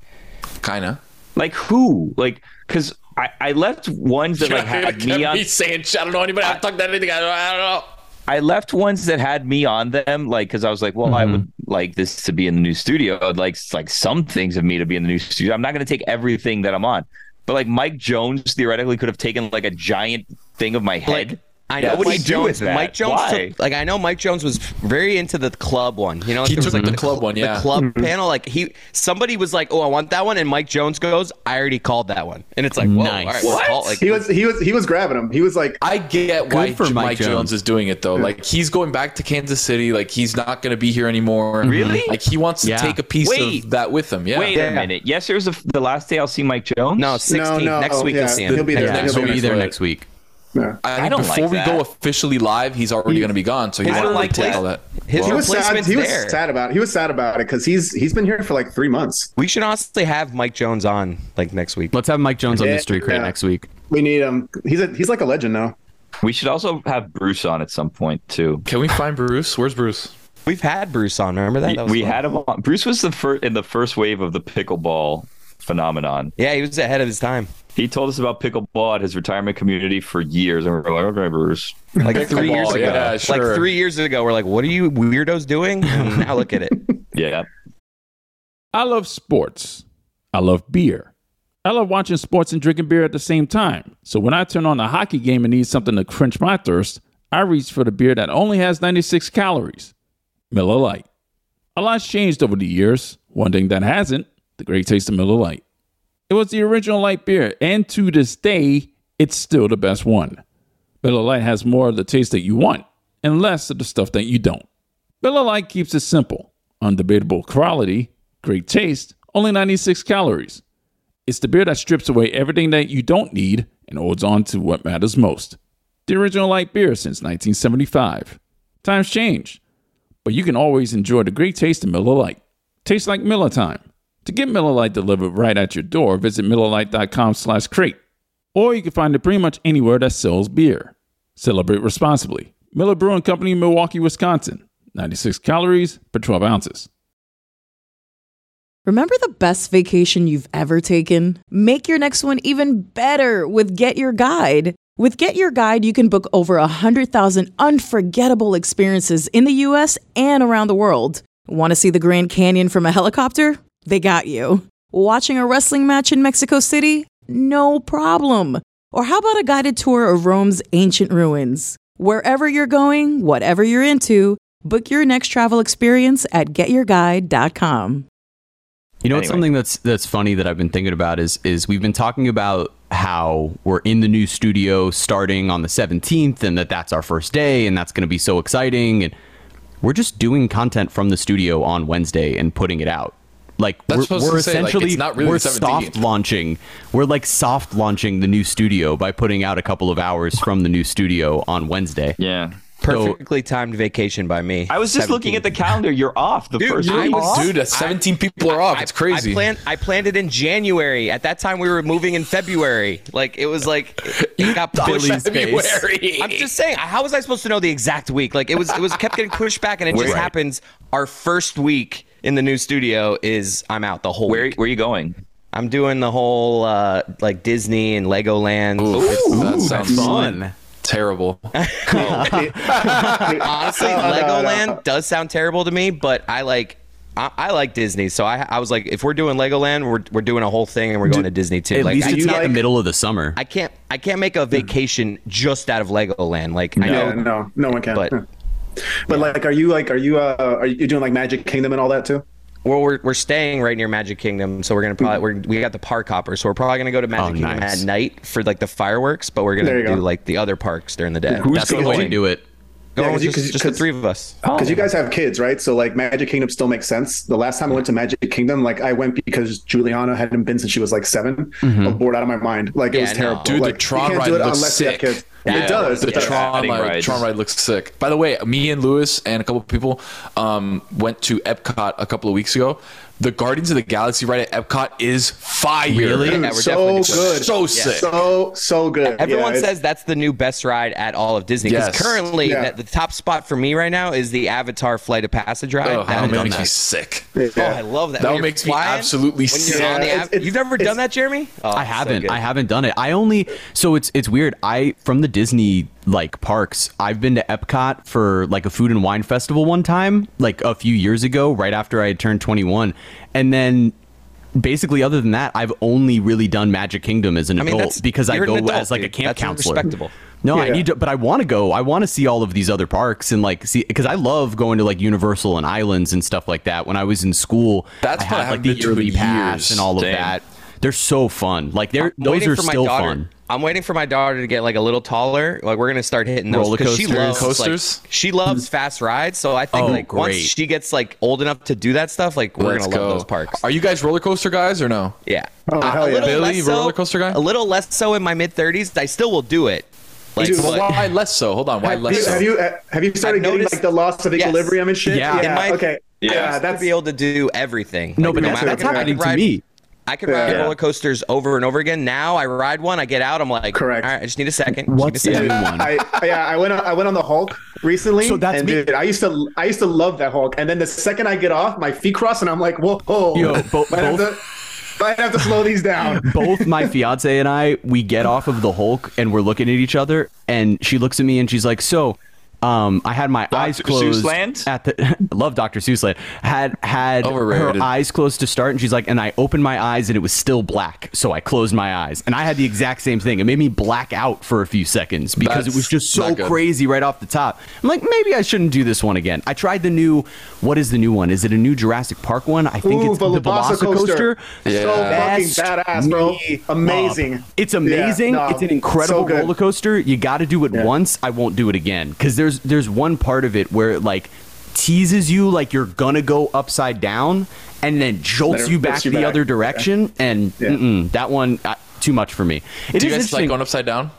Kinda.
Like who? Like because I, I left ones that like had me on.
saying shit. I don't know anybody. I've talked to anything. I don't, I don't know.
I left ones that had me on them. Like because I was like, well, I
Mm-hmm.
would like this to be in the new studio. I'd like like some things of me to be in the new studio. I'm not gonna take everything that I'm on. But like Mike Jones theoretically could have taken like a giant thing of my head.
like I know
What do you
Mike
do with
Jones.
that?
Mike Jones.
Why?
Took, like I know Mike Jones was very into the club one. You know,
He
there was,
took
like
the club one, yeah.
the club
Mm-hmm.
panel. Like he, somebody was like, "Oh, I want that one," and Mike Jones goes, "I already called that one," and it's like, "Whoa,
Nice.
all right, we're
What?
all- like,
He was he was he was grabbing him. He was like,
I get why
for
J-
Mike
Mike Jones.
Jones
is doing it though. Like he's going back to Kansas City. Like he's not going to be here anymore.
Really?
Like he wants to
Mm-hmm. Yeah.
take a piece of
Wait.
that with him. Yeah.
Wait a minute. Yesterday was the, the last day I'll see Mike Jones.
no, 16
no,
next week
yeah,
you'll see him.
he'll be there.
Yeah,
next
we'll
week.
be there next week.
yeah.
I, think
I don't like
before we
that.
go officially live, he's already going to be gone. So he's
I don't
not
like
like
that.
all that.
His
he was sad.
replacement's
He was
there.
sad about. He was sad about it because he's he's been here for like three months.
We should honestly have Mike Jones on like next week.
Let's have Mike Jones on
Yeah.
the street crate
Yeah.
next week.
We need him. He's a he's like a legend now.
We should also have Bruce on at some point too.
Can we find Bruce? Where's Bruce?
We've had Bruce on. Remember that? That was
we
fun.
had him on. Bruce was the first in the first wave of the pickleball phenomenon.
Yeah, he was ahead of his time.
He told us about pickleball at his retirement community for years, and we were like, "Okay, Bruce."
Like three years
Pickleball,
ago.
yeah,
Like
sure.
three years ago, we're like, "What are you weirdos doing?" And now look at it.
Yeah,
I love sports. I love beer. I love watching sports and drinking beer at the same time. So when I turn on a hockey game and need something to quench my thirst, I reach for the beer that only has 96 calories Miller Lite. A lot's changed over the years. One thing that hasn't the great taste of Miller Lite. It was the original light beer, and to this day, it's still the best one. Miller Lite has more of the taste that you want and less of the stuff that you don't. Miller Lite keeps it simple, undebatable quality, great taste, only 96 calories. It's the beer that strips away everything that you don't need and holds on to what matters most. The original light beer since 1975. Times change, but you can always enjoy the great taste of Miller Lite. Tastes like Miller time. To get Miller Lite delivered right at your door, visit MillerLite.com slash crate. Or you can find it pretty much anywhere that sells beer. Celebrate responsibly. Miller Brewing Company, Milwaukee, Wisconsin. 96 calories per 12 ounces.
Remember the best vacation you've ever taken? Make your next one even better with Get Your Guide. With Get Your Guide, you can book over 100,000 unforgettable experiences in the US and around the world. Want to see the Grand Canyon from a helicopter? They got you. Watching a wrestling match in Mexico City? No problem. Or how about a guided tour of Rome's ancient ruins? Wherever you're going, whatever you're into, book your next travel experience at getyourguide.com.
You know,
Anyway.
it's something that's that's funny that I've been thinking about is is we've been talking about how we're in the new studio starting on the 17th and that that's our first day and that's going to be so exciting and we're just doing content from the studio on Wednesday and putting it out. Like
That's
we're,
what I was
we're
gonna say, like,
essentially
it's not really
we're
the 17th.
soft launching. We're like soft launching the new studio by putting out a couple of hours from the new studio on Wednesday.
yeah.
Perfectly timed vacation by me.
I was just looking at the calendar. You're off the first.
you're
week.
off?
Dude, uh, 17 people are off. It's crazy.
I planned I planned it in January. At that time we were moving in February. Like it was like it got pushed
Billy's face.
I'm just saying, how was I supposed to know the exact week? Like it was it was kept getting pushed back and it just
Right.
happens our first week in the new studio is I'm out the whole
Where
week.
where are you going?
I'm doing the whole uh, like Disney and Legoland.
that sounds
fun.
terrible.
Honestly,
Oh,
Legoland does sound terrible to me, but I like I, I like Disney, so I I was like, if we're doing Legoland, we're we're doing a whole thing and we're going to Disney too.
At
like
least
I,
it's not
can't-
the middle of the summer.
I can't I can't make a vacation just out of Legoland. Like I
Yeah,
know,
no, no one can.
but-
Huh. but like, are you like, are you, uh, are you doing like Magic Kingdom and all that too?
well, we're we're staying right near Magic Kingdom, so we're gonna probably we're, we got the park hopper, so we're probably gonna go to Magic Kingdom
nice.
at night for like the fireworks, but we're
There
gonna
you
do
go.
like the other parks during the day.
That's the way to do it.
Going
Yeah,
with
'cause you-
just,
'cause you-
just the
'cause- uh,
three of us.
because you guys have kids, right? So like Magic Kingdom still makes sense. The last time I went to Magic Kingdom, like I went because Juliana hadn't been since she was like 7 I'm bored out of my mind. Like it
Yeah,
was
no.
terrible.
Dude,
like,
the
you
Tron
can't
ride
do it
looks
unless you have
sick.
kids. it does.
The
It does.
Tron
Adding
ride,
rides.
Tron ride looks sick. By the way, me and Lewis and a couple people um, went to Epcot a couple of weeks ago. The Guardians of the Galaxy ride at Epcot is fire.
Really?
Yeah, we're
so
definitely doing
good.
that.
So sick.
So so good.
Everyone
Yeah, it-
says that's the new best ride at all of Disney. Because
Yes.
currently,
Yeah.
that- the top spot for me right now is the Avatar Flight of Passage ride.
Oh,
That
that
one-
makes me sick.
oh,
yeah.
I love that.
That
When
one
you're
makes me
flying,
absolutely
when you're
sick.
on the
Yeah,
av-
it's-
You've never
it's-
done that, Jeremy? Oh,
I
so
haven't.
good.
I haven't done it. I only so it's it's weird. I from the Disney like parks. I've been to Epcot for like a food and wine festival one time, like a few years ago, right after I had turned 21, and then basically other than that, I've only really done Magic Kingdom as an
I mean,
adult
that's-
because I
you're an
go
adult,
as like a
dude.
camp
That's
counselor.
respectable.
No, I
Yeah.
need to, but I want to go. I want to see all of these other parks and like see because I love going to like Universal and islands and stuff like that. When I was in school,
That's
I
what I
had like
haven't
the
been to in
yearly pass
years.
and all of
Damn.
that. They're so fun. Like they're
I'm
those
waiting
are
for my
still
daughter-
fun.
I'm waiting for my daughter to get like a little taller. Like we're gonna start hitting those
Roller
'cause She
coasters?
loves,
Coasters?
Like, she loves fast rides, so I think
Oh,
like once
great.
she gets like old enough to do that stuff, like we're
Let's
gonna
go.
love those parks.
Are you guys roller coaster guys or no?
yeah.
Oh,
Uh,
hell yeah.
little
Billy,
less so-
roller coaster guy?
A little less so in my mid 30s. I still will do it. Like,
Dude,
but-
Why less so? Hold on. Why
Have
less
you,
so?
have you uh, have you started
I've
getting
noticed-
like the loss of
Yes.
equilibrium and shit?
Yeah.
In my-
okay.
Yeah.
Yeah,
to
that's
be able to do everything.
No,
Like,
but that's,
matter-
that's
I could
happening to
ride-
me.
I could ride
Yeah.
roller coasters over and over again. Now I ride one, I get out, I'm like,
Correct.
All right, I just need a second.
What's
Just need a
the
second.
new one?
I, yeah, I went on, I went on the Hulk recently.
So that's
and
me.
Dude, I used to I used to love that Hulk, and then the second I get off, my feet cross, and I'm like, whoa,
Yo, bo-
might, have to, might have to slow these down.
both my fiance and I, we get off of the Hulk and we're looking at each other, and she looks at me and she's like, "So, um, I had my eyes
Seuss
closed
Land?
at the love Dr. Seuss Land had had
Overrated.
her eyes closed to start, and she's like, and I opened my eyes and it was still black, so I closed my eyes, and I had the exact same thing. It made me black out for a few seconds because it
That's
was just so
not good.
crazy right off the top. I'm like, maybe I shouldn't do this one again. I tried the new, what is the new one? Is it a new Jurassic Park one? I think
Ooh,
it's the Velocicoaster.
So
Yeah.
fucking
Best
badass, bro.
me
Amazing.
up. It's amazing.
Yeah, no,
it's an incredible
so good.
roller coaster. You got to do it once. I won't do it again because there's there's one part of it where it like teases you like you're gonna go upside down and then jolts
Then it
you
flips
back
you
the
back.
other direction and
Yeah.
mm-mm, that one uh, too much for me. It
Do
is
you guys like
interesting.
going upside down?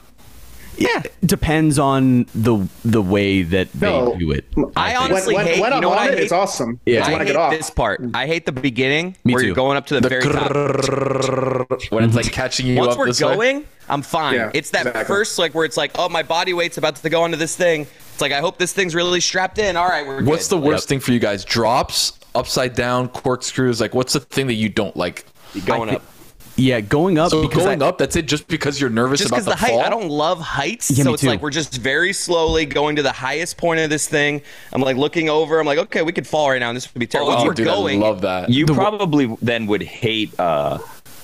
yeah, depends on the the way that they
No.
do it.
I
think.
honestly
when, when,
hate.
when
you
I'm
know what
on
I
it,
hate?
it's awesome.
Yeah.
It's
I
when I,
hate
get off.
this part. I hate the beginning
Me
where
too.
you're going up to the, very top.
When it's like catching you
Once
up
we're
this way.
going, I'm fine.
Yeah,
it's that
exactly.
first like where it's like, oh, my body weight's about to go onto this thing. It's like I hope this thing's really strapped in. All right, we're
What's
good.
the worst thing for you guys? Drops, upside down, corkscrews. Like, what's the thing that you don't like?
the going up?
yeah, going up
So
because
going
I,
up, that's it. Just because you're nervous
Just
about
because
the,
the height,
fall.
I don't love heights,
Yeah, me
so it's
too.
like we're just very slowly going to the highest point of this thing. I'm like looking over. I'm like, okay, we could fall right now, and this would be terrible. Once
Oh,
we're
dude,
going,
I love that.
You probably then would hate. uh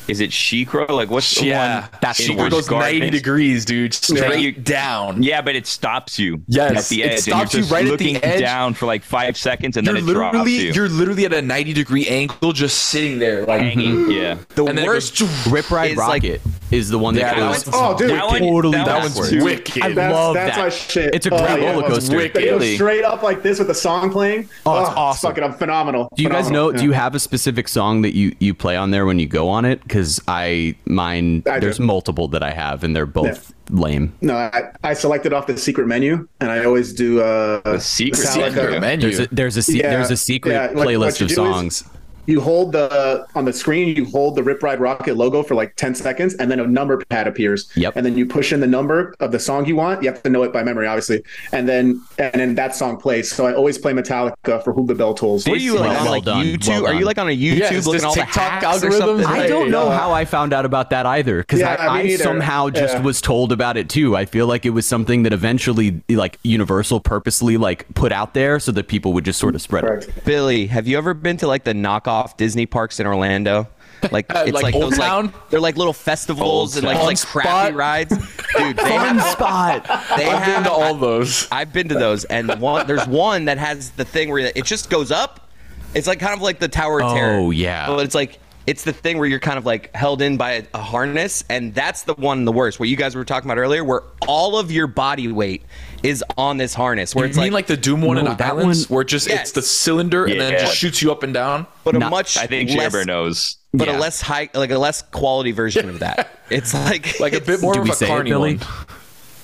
Is it Shikra? Like what's the
yeah,
one?
that's
in
the
she
worst.
goes
Garden?
90 degrees, dude, straight
you-
down.
Yeah, but it stops you.
Yes,
at the
it
edge.
stops you
and you're just
right at the
looking
edge.
down for like five seconds, and
you're
then it drops
literally
you.
you're literally at a 90 degree angle, just sitting there, like
hanging. yeah.
the
and then it
worst.
goes-
Rip Ride
is, like-
Rocket is the one that
Yeah, that
goes
one's-
Oh, dude.
That one-
totally
that
that one's
backwards.
wicked.
I
That's,
love
that's
that.
my shit. Oh,
It's a great roller
that's
coaster.
wicked. They go
Really?
straight up like this with a song playing.
Oh, it's
It's
awesome.
fucking I'm phenomenal.
Do you guys know?
Phenomenal.
Do you have a specific song that you you play on there when you go on it? Because I mine
I do.
there's multiple that I have, and they're both lame.
No, I, I selected off the secret menu, and I always do uh,
secret
Metallica.
Secret menu.
There's a, there's a se-
Yeah,
there's a secret
yeah, like, what
playlist
you do
of
is-
songs.
you hold the on the screen, you hold the Rip Ride Rocket logo for like 10 seconds, and then a number pad appears.
Yep.
And then you push in the number of the song you want. You have to know it by memory, obviously. And then and then that song plays. So I always play Metallica for Who the Bell Tolls.
What are you like
Well
on like
done,
YouTube?
well
are you
done.
like on a YouTube
it's
looking at
just
all the
TikTok
hacks or
algorithms.
something?
I
I don't
Hey,
know
uh,
how I found out about that either, because
Yeah,
I,
me
I
neither.
somehow just
Yeah.
was told about it too. I feel like it was something that eventually, like Universal, purposely like put out there so that people would just sort of spread it.
Correct.
Billy, have you ever been to like the knockoff Disney parks in Orlando? Like it's
Uh, like
like,
Old
those
Town?
like they're like little festivals and like
Town.
like
Fun
crappy
spot.
rides. Dude, they
Fun
have,
spot.
they
I've been
have
to all those.
I've been to those, and one there's one that has the thing where it just goes up. It's like kind of like the Tower of Terror.
Oh, yeah.
But it's like it's the thing where you're kind of like held in by a, a harness, and that's the one the worst. What you guys were talking about earlier, where all of your body weight is on this harness, where
You
it's
mean like
like,
the Doom one
No,
in
that
Islands,
one-
where just
Yes.
it's the cylinder and then it
Yeah.
just shoots you up and down?
but a
Nah,
much
I think
less,
Jabber knows.
but
Yeah.
a less high, like a less quality version of that. It's like
Like a
it's-
bit more
do
of
we
a
say it,
carny
Billy?
one.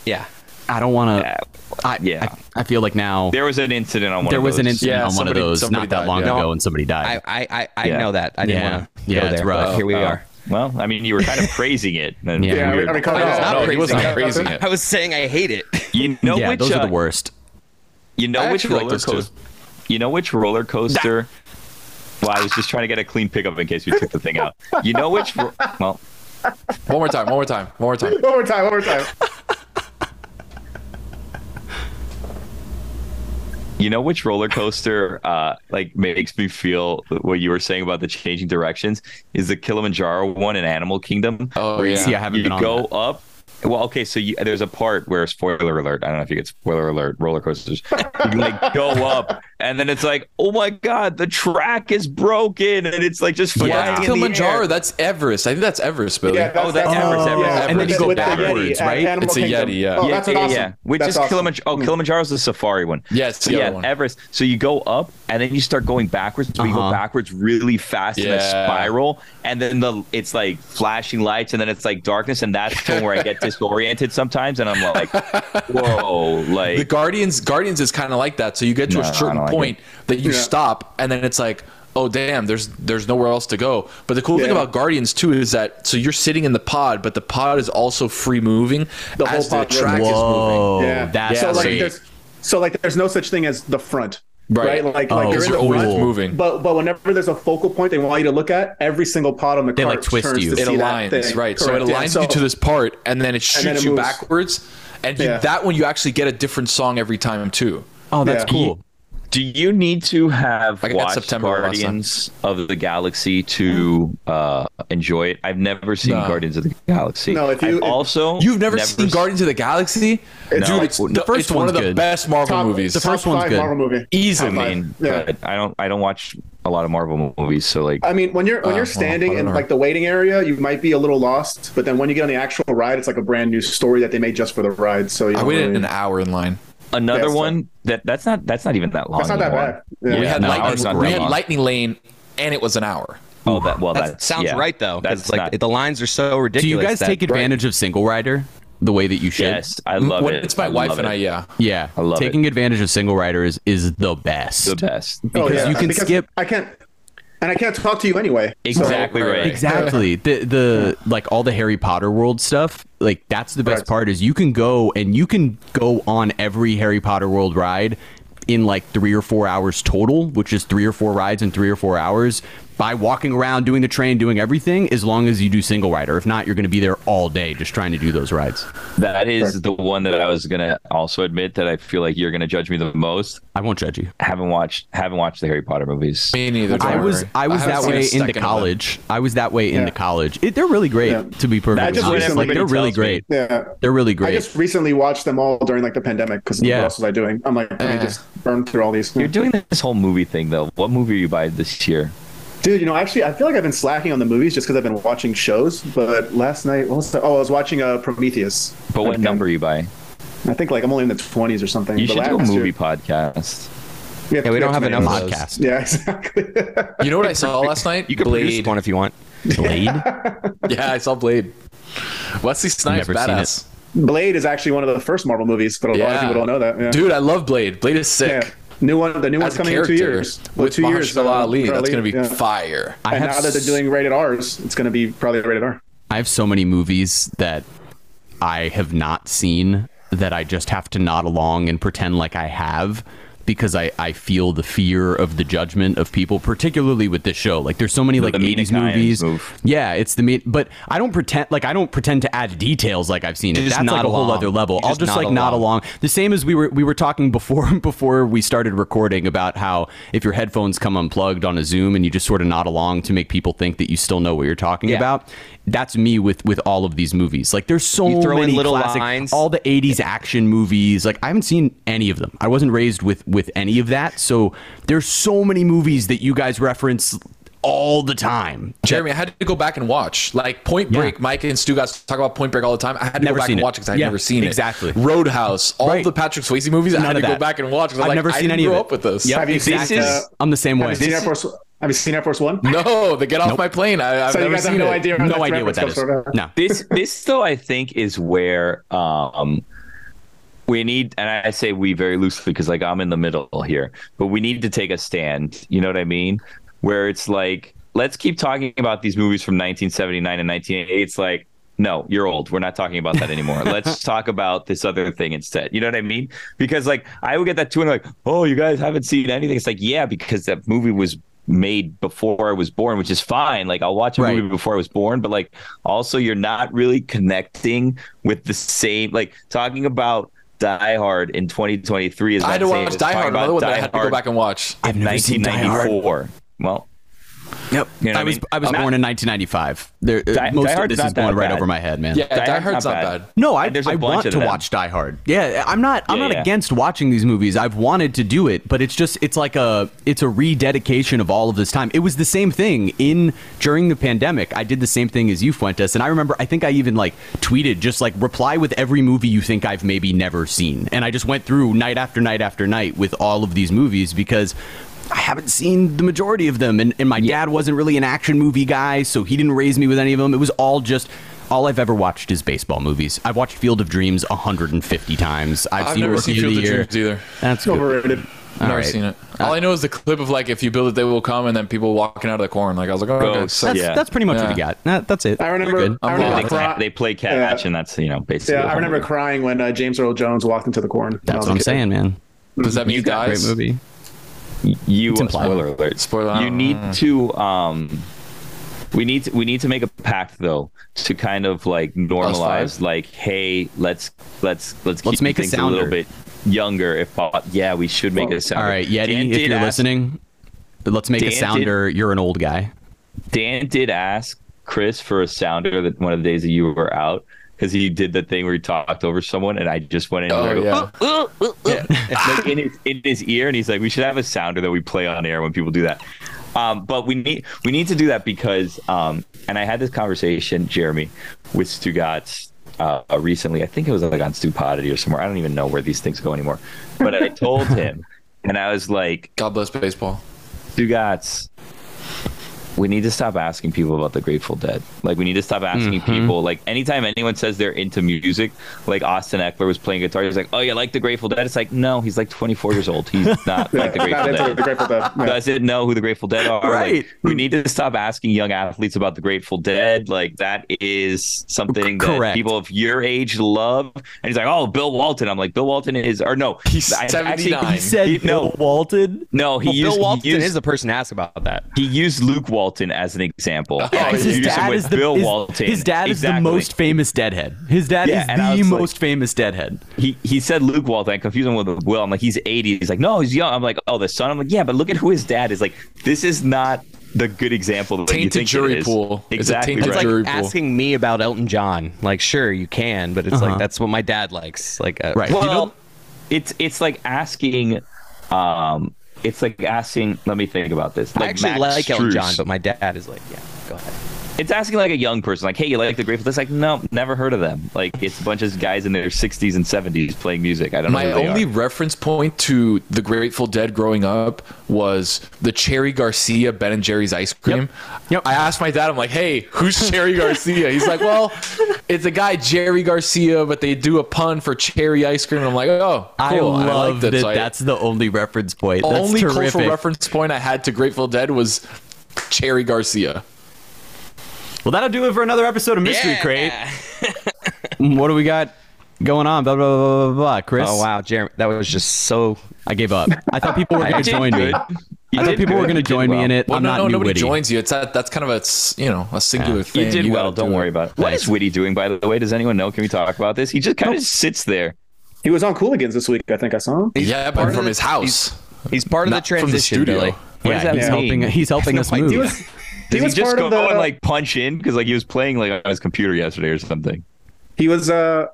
yeah.
I don't want
Yeah.
to. I,
Yeah.
I, I feel like now there,
There was an incident on one. of
was an
those.
incident
Yeah,
on
somebody-
one of those
somebody
not that
died,
long
yeah.
ago, and somebody
I
died.
I I, I
Yeah.
know that. I
Yeah.
didn't want to
Yeah,
go
it's
there,
rough.
but here we
Oh.
are.
Well, I mean, you were kind of praising it. And
Yeah.
we
Yeah,
I
were-
mean, I mean, come
No,
on,
it's not
no, he
praising
wasn't
it.
praising it.
I was saying I hate it.
you know
yeah,
which
those are
uh,
the worst.
You know
I
which
actually like
roller
those too.
coaster. You know which roller coaster. Well, I was just trying to get a clean pickup in case we took the thing out. You know which. ro- Well,
One more time, one more time, one more time.
One more time, one more time.
you know which roller coaster uh, like makes me feel what you were saying about the changing directions is the Kilimanjaro one in Animal Kingdom.
Oh,
where
yeah.
you-
See, I haven't
you
been on
go
that.
up. Well, okay, so you, there's a part where spoiler alert. I don't know if you get spoiler alert roller coasters. You can, like go up, and then it's like, oh my god, the track is broken, and it's like just flying
But
in
that's
the
Kilimanjaro.
air.
That's Everest. I think that's Everest, Billy.
Oh, that's Everest, Everest, Everest.
And then you go
With the Yeti
backwards,
at
right?
Animal
It's a
Kingdom.
Yeti, yeah.
Oh,
yeah,
that's
yeah,
an awesome.
yeah. Which
that's
is
awesome. Hmm.
Kilimanjaro. Oh, Kilimanjaro's the safari one.
Yeah, it's the
So,
other
yeah,
one.
Everest. So you go up, and then you start going backwards. But you go
Uh-huh.
backwards really fast in a
Yeah.
spiral, and then the it's like flashing lights, and then it's like darkness, and that's the one where I get disoriented sometimes, and I'm like, whoa, like
the Guardians Guardians is kind of like that. So you get to
No, I
a certain
don't like
point that you
Yeah.
stop, and then it's like, oh damn, there's there's nowhere else to go. But the cool thing
Yeah.
about Guardians too is that so you're sitting in the pod, but the pod is also free moving
The
as
whole
the
pod
track
goes.
is moving.
Whoa,
Yeah.
that's
so like
great.
there's so like there's no such thing as the front. Right. Like
Oh,
like
You're
you're
in
in
the
the
always
front.
moving.
But but whenever there's a focal point they want you to look at, every single pod on the
They,
cart
like, twist
turns
you.
To
it
see
aligns,
that thing.
right?
Correct,
So it
yeah.
aligns you to this part, and then it shoots
And then it
you
moves.
backwards, and you,
Yeah.
that one you actually get a different song every time too.
oh, that's
yeah.
cool.
Do you need to have
I got
watched
September last time.
Guardians of the Galaxy to uh, enjoy it? I've never seen
No.
Guardians of the Galaxy.
No, if
I've
you-
also
You've never, seen
s-
Guardians of the Galaxy,
It's
dude.
like-
It's, the,
the first
it's one
one's
of the
good.
best Marvel
Top-
movies.
The
top
first one's
five
good.
Marvel movie.
Easily.
Top
I
five.
mean,
Yeah.
but I don't. I don't watch a lot of Marvel movies, so like.
I mean, when you're when
Uh,
you're standing
well, I
in
don't know.
like the waiting area, you might be a little lost. But then when you get on the actual ride, it's like a brand new story that they made just for the ride. So you
I
don't
waited
really-
an hour in line.
another
Yeah, so-
one that that's not that's not even that long.
That's not that bad.
anymore.
Yeah.
we had
no,
lightning.
it's not
we
that
had
long.
lightning lane, and it was an hour.
Oh, that well,
That
that
sounds
yeah,
right though, because
That's
like
not,
the lines are so
Do you
ridiculous.
guys
that-
take advantage of single rider the way that you should?
yes, I love
When
it.
It's my
I
wife
love
and
it.
I. Yeah,
Yeah,
I love it.
taking advantage of single rider is is the best.
The best.
Oh,
because
yeah.
you can
Because
skip-
I can't, and I can't talk to you anyway.
Exactly
Right,
right.
Exactly. the the like all the Harry Potter world stuff, like that's the best
Correct.
part is you can go and you can go on every Harry Potter world ride in like 3 or 4 hours total, which is 3 or 4 rides in 3 or 4 hours by walking around doing the train, doing everything as long as you do single rider. If not, you're going to be there all day just trying to do those rides.
That is the one that I was gonna also admit that I feel like you're gonna judge me the most.
I won't judge you.
Haven't watched haven't watched the Harry Potter movies.
me neither. don't
I was
worry.
I was
haven't
that
seen a
way
second
into
of it.
college. I was that way into
Yeah.
college. It, they're really great
Yeah.
to be
I
perfectly
just
honest.
recently
Like they're
tells
really
me-
great.
Yeah.
They're really
I
great.
just recently watched them all during like the pandemic because
Yeah.
what else was I doing? I'm like, let me
Eh.
just burn through all these.
You're doing this whole movie thing though. What movie are you buying this year?
Dude, you know, actually, I feel like I've been slacking on the movies just because I've been watching shows. But last night, what was that? Oh, I was watching uh, Prometheus.
But what
Okay.
number are you buying?
I think like I'm only in the 20s or something.
You
but
should do a
last year-
movie podcast.
We have,
Yeah, we don't have
too many
enough
of those.
podcast.
Yeah, exactly.
You know what I saw last night?
You can produce
Blade.
one if you want.
Blade?
Yeah, I saw Blade. Wesley Snipes,
Never seen
badass.
Blade is actually one of the first Marvel movies, but a lot
Yeah.
of people don't know that. Yeah.
Dude, I love Blade. Blade is sick.
Yeah. New one. The new one's
As a
coming in two
character
years. Well,
with
two years.
Mahershala
uh,
Ali, that's
probably,
going to be
yeah.
fire.
I
and
have
now that they're
s-
doing rated R's, it's going to be probably rated R.
I have so many movies that I have not seen that I just have to nod along and pretend like I have because I, I feel the fear of the judgment of people, particularly with this show. Like there's so many like
the meat
80s
and irons
movies.
move.
Yeah, it's the meat, but I don't pretend like I don't pretend to add details like I've seen it.
Just
That's like
nod
a whole
along.
other level.
You
I'll
just
just
nod
like nod
along.
along. The same as we were we were talking before before we started recording about how if your headphones come unplugged on a Zoom and you just sort of nod along to make people think that you still know what you're talking
Yeah.
about. That's me with with all of these movies. Like there's so
You throw in
many
little
classic
lines.
all the 80s action movies. Like I haven't seen any of them. I wasn't raised with with any of that. So there's so many movies that you guys reference all the time.
Jeremy, I had to go back and watch. Like Point
Yeah.
Break, Mike and Stu guys talk about Point Break all the time. I had to
Never
go back
seen
and
it.
watch because I'd
Yeah,
never seen it.
exactly.
Roadhouse, all
Right.
the Patrick Swayze movies. I
None
had to
of
go
that.
back and watch because
I've
like,
never
I
seen
didn't
any of
grow
it.
up with this.
Yep,
Have you seen,
exactly.
uh,
I'm the same way.
Have you seen Air Force? Have you seen Air Force One?
No, the Get Off My Plane. I, I've
So you
never
guys have
seen
no
it.
idea. where
no
this
idea what that
reference
is.
comes from.
No.
this this though I think is where um we need and I say we very loosely because like I'm in the middle here, but we need to take a stand. You know what I mean? Where it's like let's keep talking about these movies from 1979 and 1988. It's like no, you're old. We're not talking about that anymore. Let's talk about this other thing instead. You know what I mean? Because like I would get that too, and like, oh, you guys haven't seen anything. It's like, yeah, because that movie was made before I was born, which is fine. Like I'll watch a
Right.
movie before I was born, but like also you're not really connecting with the same like talking about Die Hard in 2023 is
I had to
not same
watch
as
Die
talking
Hard,
about
another one that I
Die
had to go
Hard
back and watch.
I've
in
never seen Die Hard.
1994. Well,
Yep.
You know what
I
I
was
mean?
I was
I'm
born in 1995. There, uh,
Die-
most
Die
of
Hard's
this
not
is going
that
right
bad.
over my head, man.
Yeah, Die,
Die Hard's
Hard's
not
not
bad.
bad.
No, I,
And there's a
I
bunch
want
of
to
them.
watch Die Hard. Yeah, I'm not I'm
Yeah,
not
yeah.
against watching these movies. I've wanted to do it, but it's just it's like a it's a rededication of all of this time. It was the same thing in during the pandemic. I did the same thing as you Fuentes, and I remember I think I even like tweeted just like reply with every movie you think I've maybe never seen. And I just went through night after night after night with all of these movies because I haven't seen the majority of them and, and my dad wasn't really an action movie guy, so he didn't raise me with any of them. It was all just all I've ever watched is baseball movies. I've watched Field of Dreams 150 times. I've,
I've
seen
never
Rookie
seen
of
Field
the
of
Year.
Dreams either.
That's good.
Overrated.
All
never
right. Uh,
seen it. All I know is the clip of like, if you build it, they will come, and then people walking out of the corn. Like I was like, oh, okay.
Gross.
so-
That's,
Yeah.
that's pretty much what
Yeah.
we got. That- that's it.
I
We're
remember.
good.
I
I'm
remember
they,
wrong.
cry-
ca- they play catch, and that's you know basically.
Yeah,
the
I
whole
remember
movie.
crying when uh, James Earl Jones walked into the corn. when I
That's
was
what
a
I'm
kid.
saying, man.
Does that mean he
Great
dies?
movie.
you
It's implied.
spoiler alert
Spoiler, Mm. I
you
don't
need
know.
to um we need to, we need to make a pact though to kind of like normalize
five?
like hey let's let's let's
Let's
keep
make a
things a, little
sounder.
bit younger if po- yeah we should make a sound
All right, Yeti, if you're listening, let's make
Dan
a
did-
sounder. You're an old guy.
Dan did ask Chris for a sounder that one of the days that you were out because he did the thing where he talked over someone, and I just went in
Oh,
and I go,
yeah.
"Ooh, ooh, ooh, ooh," like in, his, in his ear, and he's like, "We should have a sounder that we play on air when people do that." Um, but we need we need to do that because, um, and I had this conversation, Jeremy, with Stugatz uh, recently. I think it was like on Stupidity or somewhere. I don't even know where these things go anymore. But I told him, and I was like,
God bless baseball.
Dugats, we need to stop asking people about the Grateful Dead. Like, we need to stop asking people. Like, anytime anyone says they're into music, like Austin Eckler was playing guitar, he's like, "Oh, you like the Grateful Dead?" It's like, no, he's like 24 years old. He's not like
Yeah,
the
not
Grateful
into
Dead.
the Grateful Dead. Yeah.
Doesn't know who the Grateful Dead are. Like,
Right.
we need to stop asking young athletes about the Grateful Dead. Like that is something that
Correct.
people of your age love. And he's like, "Oh, Bill Walton." I'm like, "Bill Walton is or no,
He's
I- actually-
79. He
said
no,
Walton.
no, he
Well,
used
Bill Walton
he used,
is the person to ask about that.
he used Luke Walton as an example.
Yeah,
I
'Cause his
used him
dad
with
is the
Bill
his-
Walton.
His dad is
Exactly.
the most famous deadhead. His dad
Yeah,
is
and I
the
was like-
most famous deadhead.
He he said Luke Walton. I confused him with Will. I'm like he's 80. He's like no, he's young. I'm like oh the son. I'm like yeah, but look at who his dad is. Like this is not the good example that you
Tainted
think
jury
it is.
pool. It's a
Exactly.
tainted
right.
It's like
Jury pool.
asking me about Elton John. Like, sure, you can, but it's like that's what my dad likes. Like, uh,
Right.
well,
You know-
it's it's like asking. Um, it's like asking. Let me think about this.
I actually
Max
like Elton
Struz.
John, but my dad is like, yeah, go ahead.
It's asking like a young person, like, "Hey, you like the Grateful?" It's like, no, never heard of them. Like, it's a bunch of guys in their 60s and 70s playing music. I don't
My
know. who they
only
are.
reference point to the Grateful Dead growing up was the Cherry Garcia Ben and Jerry's ice cream.
Yep.
I asked my dad, I'm like, hey, who's Cherry Garcia? He's like, well, it's a guy Jerry Garcia, but they do a pun for cherry ice cream. And I'm like, oh, cool.
I
like
love that.
So I-
that's the only reference point. That's
only
terrific.
cultural reference point I had to Grateful Dead was Cherry Garcia.
Well, that'll do it for another episode of Mystery Crate. what do we got going on? Blah blah blah blah blah. Chris,
Oh wow, Jeremy, that was just so.
I gave up. I thought people were
I
going to
did
join me.
good. You
I thought
did
people were
good.
going to
You did
join me
well.
in it.
Well,
I'm
no,
not
no,
new
nobody
witty.
joins you. It's that, that's kind of a s- you know a singular thing.
You did well.
gotta
Don't
do
worry
it.
about it. What is Witty doing, by the way? Does anyone know? Can we talk about this? He just kind of sits there.
He was on Cooligans this week. I think I saw him.
Yeah,
part
but
of
from
the-
his house.
He's part of
Not
the
from the
transition.
studio.
Billy.
What does that
He's
Yeah.
mean?
helping. He's helping us move.
He was, he
Does he,
was
just
part
go
of the
and like punch in because like he was playing like on his computer yesterday or something?
he was uh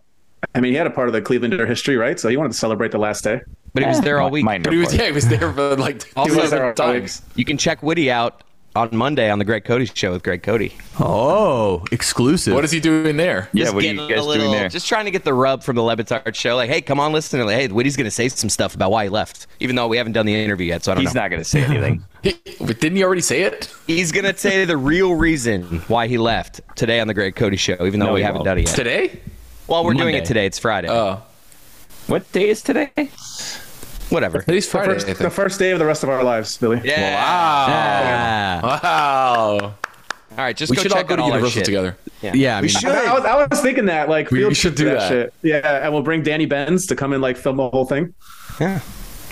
I mean he had a part of the Clevelander history, right? So he wanted to celebrate the last day.
But he was there all week.
Minor
But he was
part.
yeah, he was there for like two
was there
other
all
times.
You can check Woody out on Monday on the Greg Cody show with Greg Cody.
Oh, exclusive.
What is he doing there?
Yeah, what are you
getting
guys
a little,
doing there?
Just trying to get the rub from the Levitard show. Like, hey, come on, listen. Like, hey, Woody's going to say some stuff about why he left, even though we haven't done the interview yet. So I don't
He's
know.
not going to say anything.
He- but didn't he already say it?
He's going to say the real reason why he left today on the Greg Cody show, even though
No,
we
he
haven't
won't.
done it yet.
Today?
Well, we're doing
Monday.
it today. It's Friday.
Oh,
what day is today?
Whatever.
today's
The
Friday. I
first,
think.
the first day of the rest of our lives, Billy.
Yeah.
Ah.
Wow.
All right. Just
We
go
should all
check
go
out
to
all our
Universal
shit.
together.
Yeah, I
We
mean,
should.
I, I was, I was thinking that, like,
We-
field
we should
trip to
do that.
shit. Yeah, and we'll bring Danny Benz to come and like film the whole thing.
Yeah.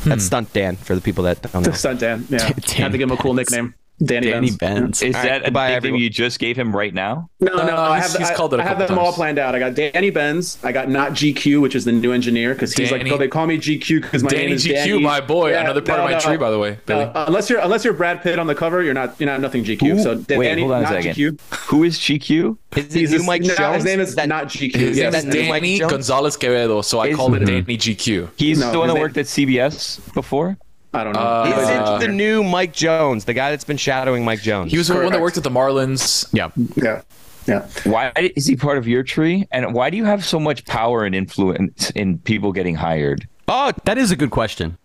That's stunt Dan for the people that
Oh.
don't know.
Stunt Dan. Yeah,
Danny
had to give him a cool
Benz.
nickname. Danny,
Danny
Benz.
Benz.
Is
All right,
that a
goodbye,
nickname
everyone.
you just gave him right now?
No, no,
Uh,
I
he's-
have, the-
he's
I,
called it a
I have
couple
them all
times.
planned out. I got Danny Benz. I got not GQ, which is the new engineer, because he's like,
Danny-
oh, they call me GQ because my
Danny
name is
GQ,
Danny.
my boy.
Yeah,
Another part
no,
of my
no.
tree, by the way. Billy.
Uh, unless you're unless you're Brad Pitt on the cover, you're not you're not nothing GQ. so Danny,
Wait, hold on a
not
second.
GQ.
Who is GQ?
Is it
He's
new
just-
Mike
no,
Jones?
His name is
that,
not GQ.
His
yes.
name is
that Danny
Danny
Jones?
Gonzalez Quevedo, so I
Is-
called it Danny GQ.
He's
No,
the one
his
that
name-
worked at CBS before.
I don't know.
Is
Uh,
it the new Mike Jones, the guy that's been shadowing Mike Jones?
He was the one that
Correct.
worked at the Marlins.
yeah.
yeah, yeah.
Why is he part of your tree? And why do you have so much power and influence in people getting hired?
Oh, that is a good question.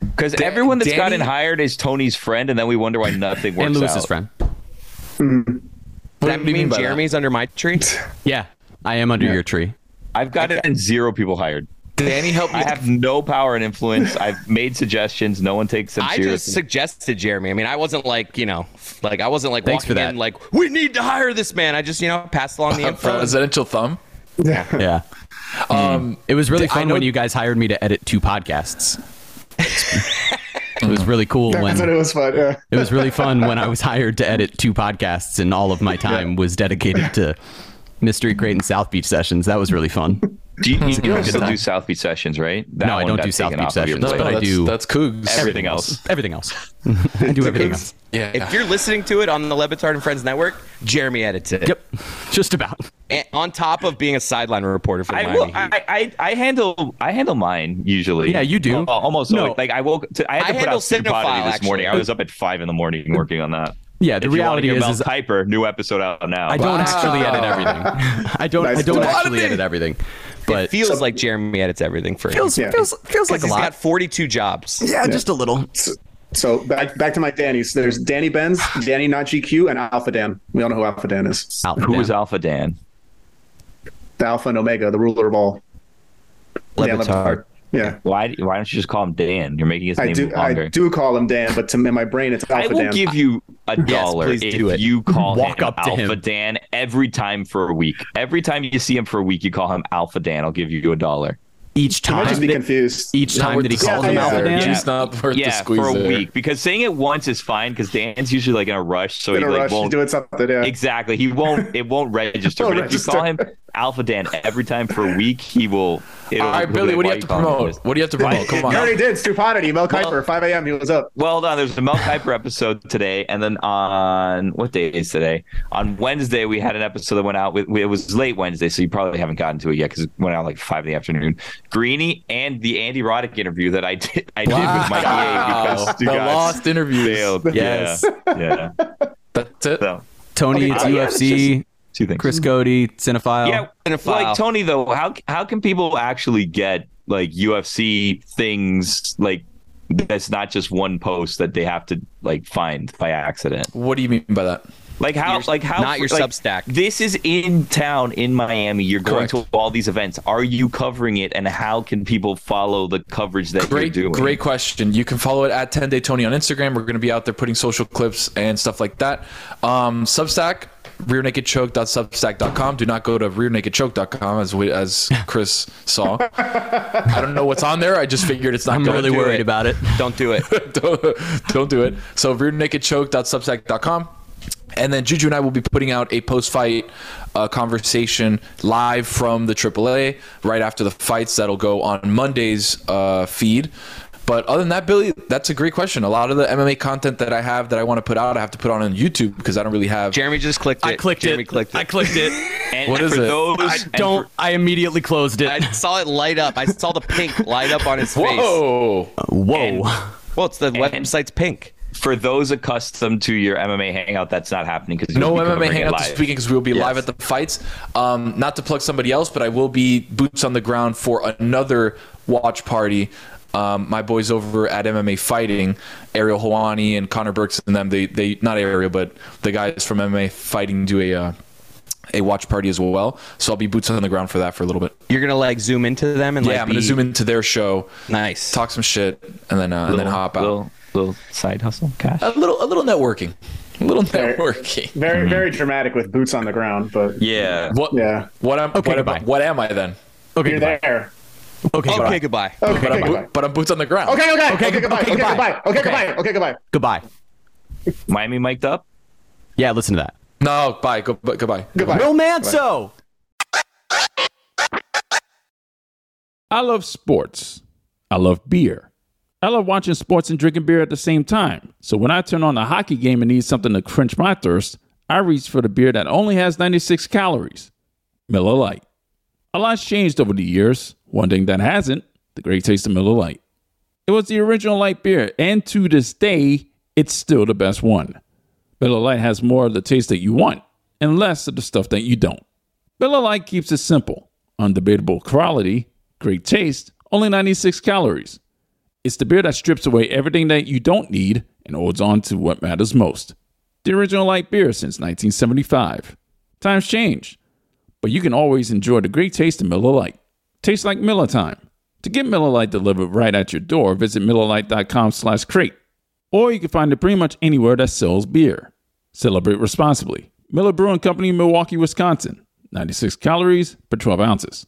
Because everyone that's gotten
Danny-
hired is Tony's friend, and then we wonder why nothing works
and Lewis's
out.
friend.
What
that
do you
mean
by that?
Jeremy's under my tree?
Yeah, I am under your tree.
I've gotten zero people hired.
Danny helped me.
I have no power and influence. I've made suggestions. No one takes them
I just
seriously.
suggested Jeremy. I mean, I wasn't like, you know, like I wasn't like
Thanks
walking
for that.
in like, we need to hire this man. I just, you know, passed along the
a
info.
presidential thumb.
Yeah.
Um,
It was really
I
fun
know-
when you guys hired me to edit two podcasts. it was really cool when
But it was fun. Yeah.
it was really fun when I was hired to edit two podcasts and all of my time was dedicated to Mystery Crate and South Beach sessions. That was really fun.
Do you, you don't still
time.
E do South Beach sessions, right? That
No, I
one
don't
got
do South
taken
Beach
off of your
sessions,
plate.
but I
that's,
do-
that's Cougs.
everything else.
Everything else. I do everything else.
Yeah.
If you're listening to it on the Levitard and Friends Network, Jeremy edits it.
Yep. Just about.
And on top of being a sideline reporter for the
I,
Miami
will,
Heat.
I, I I handle I handle mine usually.
Yeah, you do.
Al- almost
No.
always. Like I woke. To, I had
I
to put
handle
out Stupidity
Cinephile,
this morning.
actually.
I was up at five in the morning working on that.
Yeah, the
If you wanna
reality
hear
is,
Mel
is
Kiper, new episode out now.
I
Wow.
don't actually edit everything. I don't I
Nice
don't
job.
actually edit everything. But
feels like Jeremy edits everything for him.
feels
Yeah.
feels feels like
He's
a lot.
got 42 jobs.
yeah, just a little.
So back back to my Danny's. There's Danny Benz, Danny not GQ, and Alpha Dan. We all know who Alpha Dan is.
Out
Who
down.
was Alpha Dan?
The Alpha and Omega, the ruler of all. Dan
Levitard.
Levitard. Yeah.
Why why don't you just call him Dan? You're making his
I
name
do
longer.
I do call him Dan, but to in my brain it's
I
Alpha
will
Dan.
give you a dollar
please
if
do it.
you call
Walk
him
up to
Alpha
him.
Dan every time for a week. Every time you see him for a week, you call him Alpha Dan. I'll give you a dollar.
Each
I might
time
just be
that-
confused.
each
Not
time
worth
that he
the
calls him
squeeze
out
Alpha
there.
there.
Dan.
He's not worth the
Yeah,
squeeze
for a
there.
week because saying it once is fine because Dan's usually like in a rush, so
in
he
a
like
rush,
won't
doing something. Yeah.
exactly. He won't. It won't register.
Won't
but if you call him
register.
Alpha Dan every time for a week, he will. it'll-
All right,
he'll be
Billy, what do
like,
you
"Why
have to
calling me
promote?
this?"
What do you have to promote? Come
He already
on.
did. Stupidity. Mel Kiper,
Well-
5 a.m. He was up.
Well done. There's the Mel Kiper episode today, and then on what day is today? On Wednesday, we had an episode that went out. With, it was late Wednesday, so you probably haven't gotten to it yet because it went out like five in the afternoon. Greeny and the Andy Roddick interview that I did. I did with my EA because
the
you guys
lost interviews.
failed.
Yes.
Yeah. yeah.
That's it.
So
Tony,
Okay,
it's
uh, yeah, that's
UFC.
Two things.
Chris Cody, cinephile.
yeah, like Tony though, how how can people actually get like UFC things like that's not just one post that they have to like find by accident?
What do you mean by that?
Like how
Your-
like how
not your
like,
Substack.
This is in town in Miami. You're going
Correct.
to all these events. Are you covering it and how can people follow the coverage that
Great,
you're doing?
great question. You can follow it at 10 Day Tony on Instagram. We're going to be out there putting social clips and stuff like that. Um, Substack, rearnakedchoke.substack.com. Do not go to rearnakedchoke.com as we, as Chris saw. I don't know what's on there. I just figured it's not.
I'm
gonna
really
do
worried
it.
about it.
Don't do it.
don't, don't do it. So rearnakedchoke.substack.com. And then Juju and I will be putting out a post-fight uh, conversation live from the AAA right after the fights. That'll go on Monday's uh, feed. But other than that, Billy, that's a great question. A lot of the MMA content that I have that I want to put out, I have to put on on YouTube because I don't really have.
Jeremy just clicked it.
I clicked
Jeremy
it.
clicked it.
I clicked it.
And
What is
for
it?
those
I
and
don't. I immediately closed it.
I saw it light up. I saw the pink light up on his face.
Whoa!
Whoa.
Well, it's the website's pink.
for those accustomed to your MMA hangout, that's not happening because
No MMA hangout
live.
this weekend because we will be live at the fights. Um, not to plug somebody else, but I will be boots on the ground for another watch party. Um, my boys over at MMA Fighting, Ariel Hawani and Connor Burks and them, they they not Ariel, but the guys from MMA Fighting do a uh, a watch party as well. So I'll be boots on the ground for that for a little bit.
You're gonna like zoom into them and
Yeah,
like
I'm gonna
be-
zoom into their show,
Nice.
talk some shit, and then uh, and then hop out.
Little, little side hustle, cash.
A little a little networking, a little
Fair.
networking.
Very, very dramatic with boots on the ground, but
Yeah.
What
Yeah.
What am
Okay,
what am,
goodbye.
what am I then?
Okay.
you're
goodbye.
there.
Okay.
Okay,
Goodbye.
goodbye.
Okay,
But I'm,
goodbye.
but I'm boots on the ground.
Okay, okay,
Okay,
okay, goodbye, okay,
goodbye.
goodbye, okay, goodbye, okay, goodbye.
Goodbye.
Miami mic'd up.
Yeah. Listen to that.
No, bye. Go, bu- goodbye.
Goodbye.
Romanzo.
I love sports. I love beer. I love watching sports and drinking beer at the same time. So when I turn on a hockey game and need something to quench my thirst, I reach for the beer that only has 96 calories Miller Lite. A lot's changed over the years. One thing that hasn't the great taste of Miller Lite. It was the original light beer, and to this day, it's still the best one. Miller Lite has more of the taste that you want and less of the stuff that you don't. Miller Lite keeps it simple, undebatable quality, great taste, only 96 calories. It's the beer that strips away everything that you don't need and holds on to what matters most. The original light beer since 1975. Times change, but you can always enjoy the great taste of Miller Lite. Tastes like Miller time. To get Miller Lite delivered right at your door, visit MillerLite.com slash crate. Or you can find it pretty much anywhere that sells beer. Celebrate responsibly. Miller Brewing Company, Milwaukee, Wisconsin. 96 calories per 12 ounces.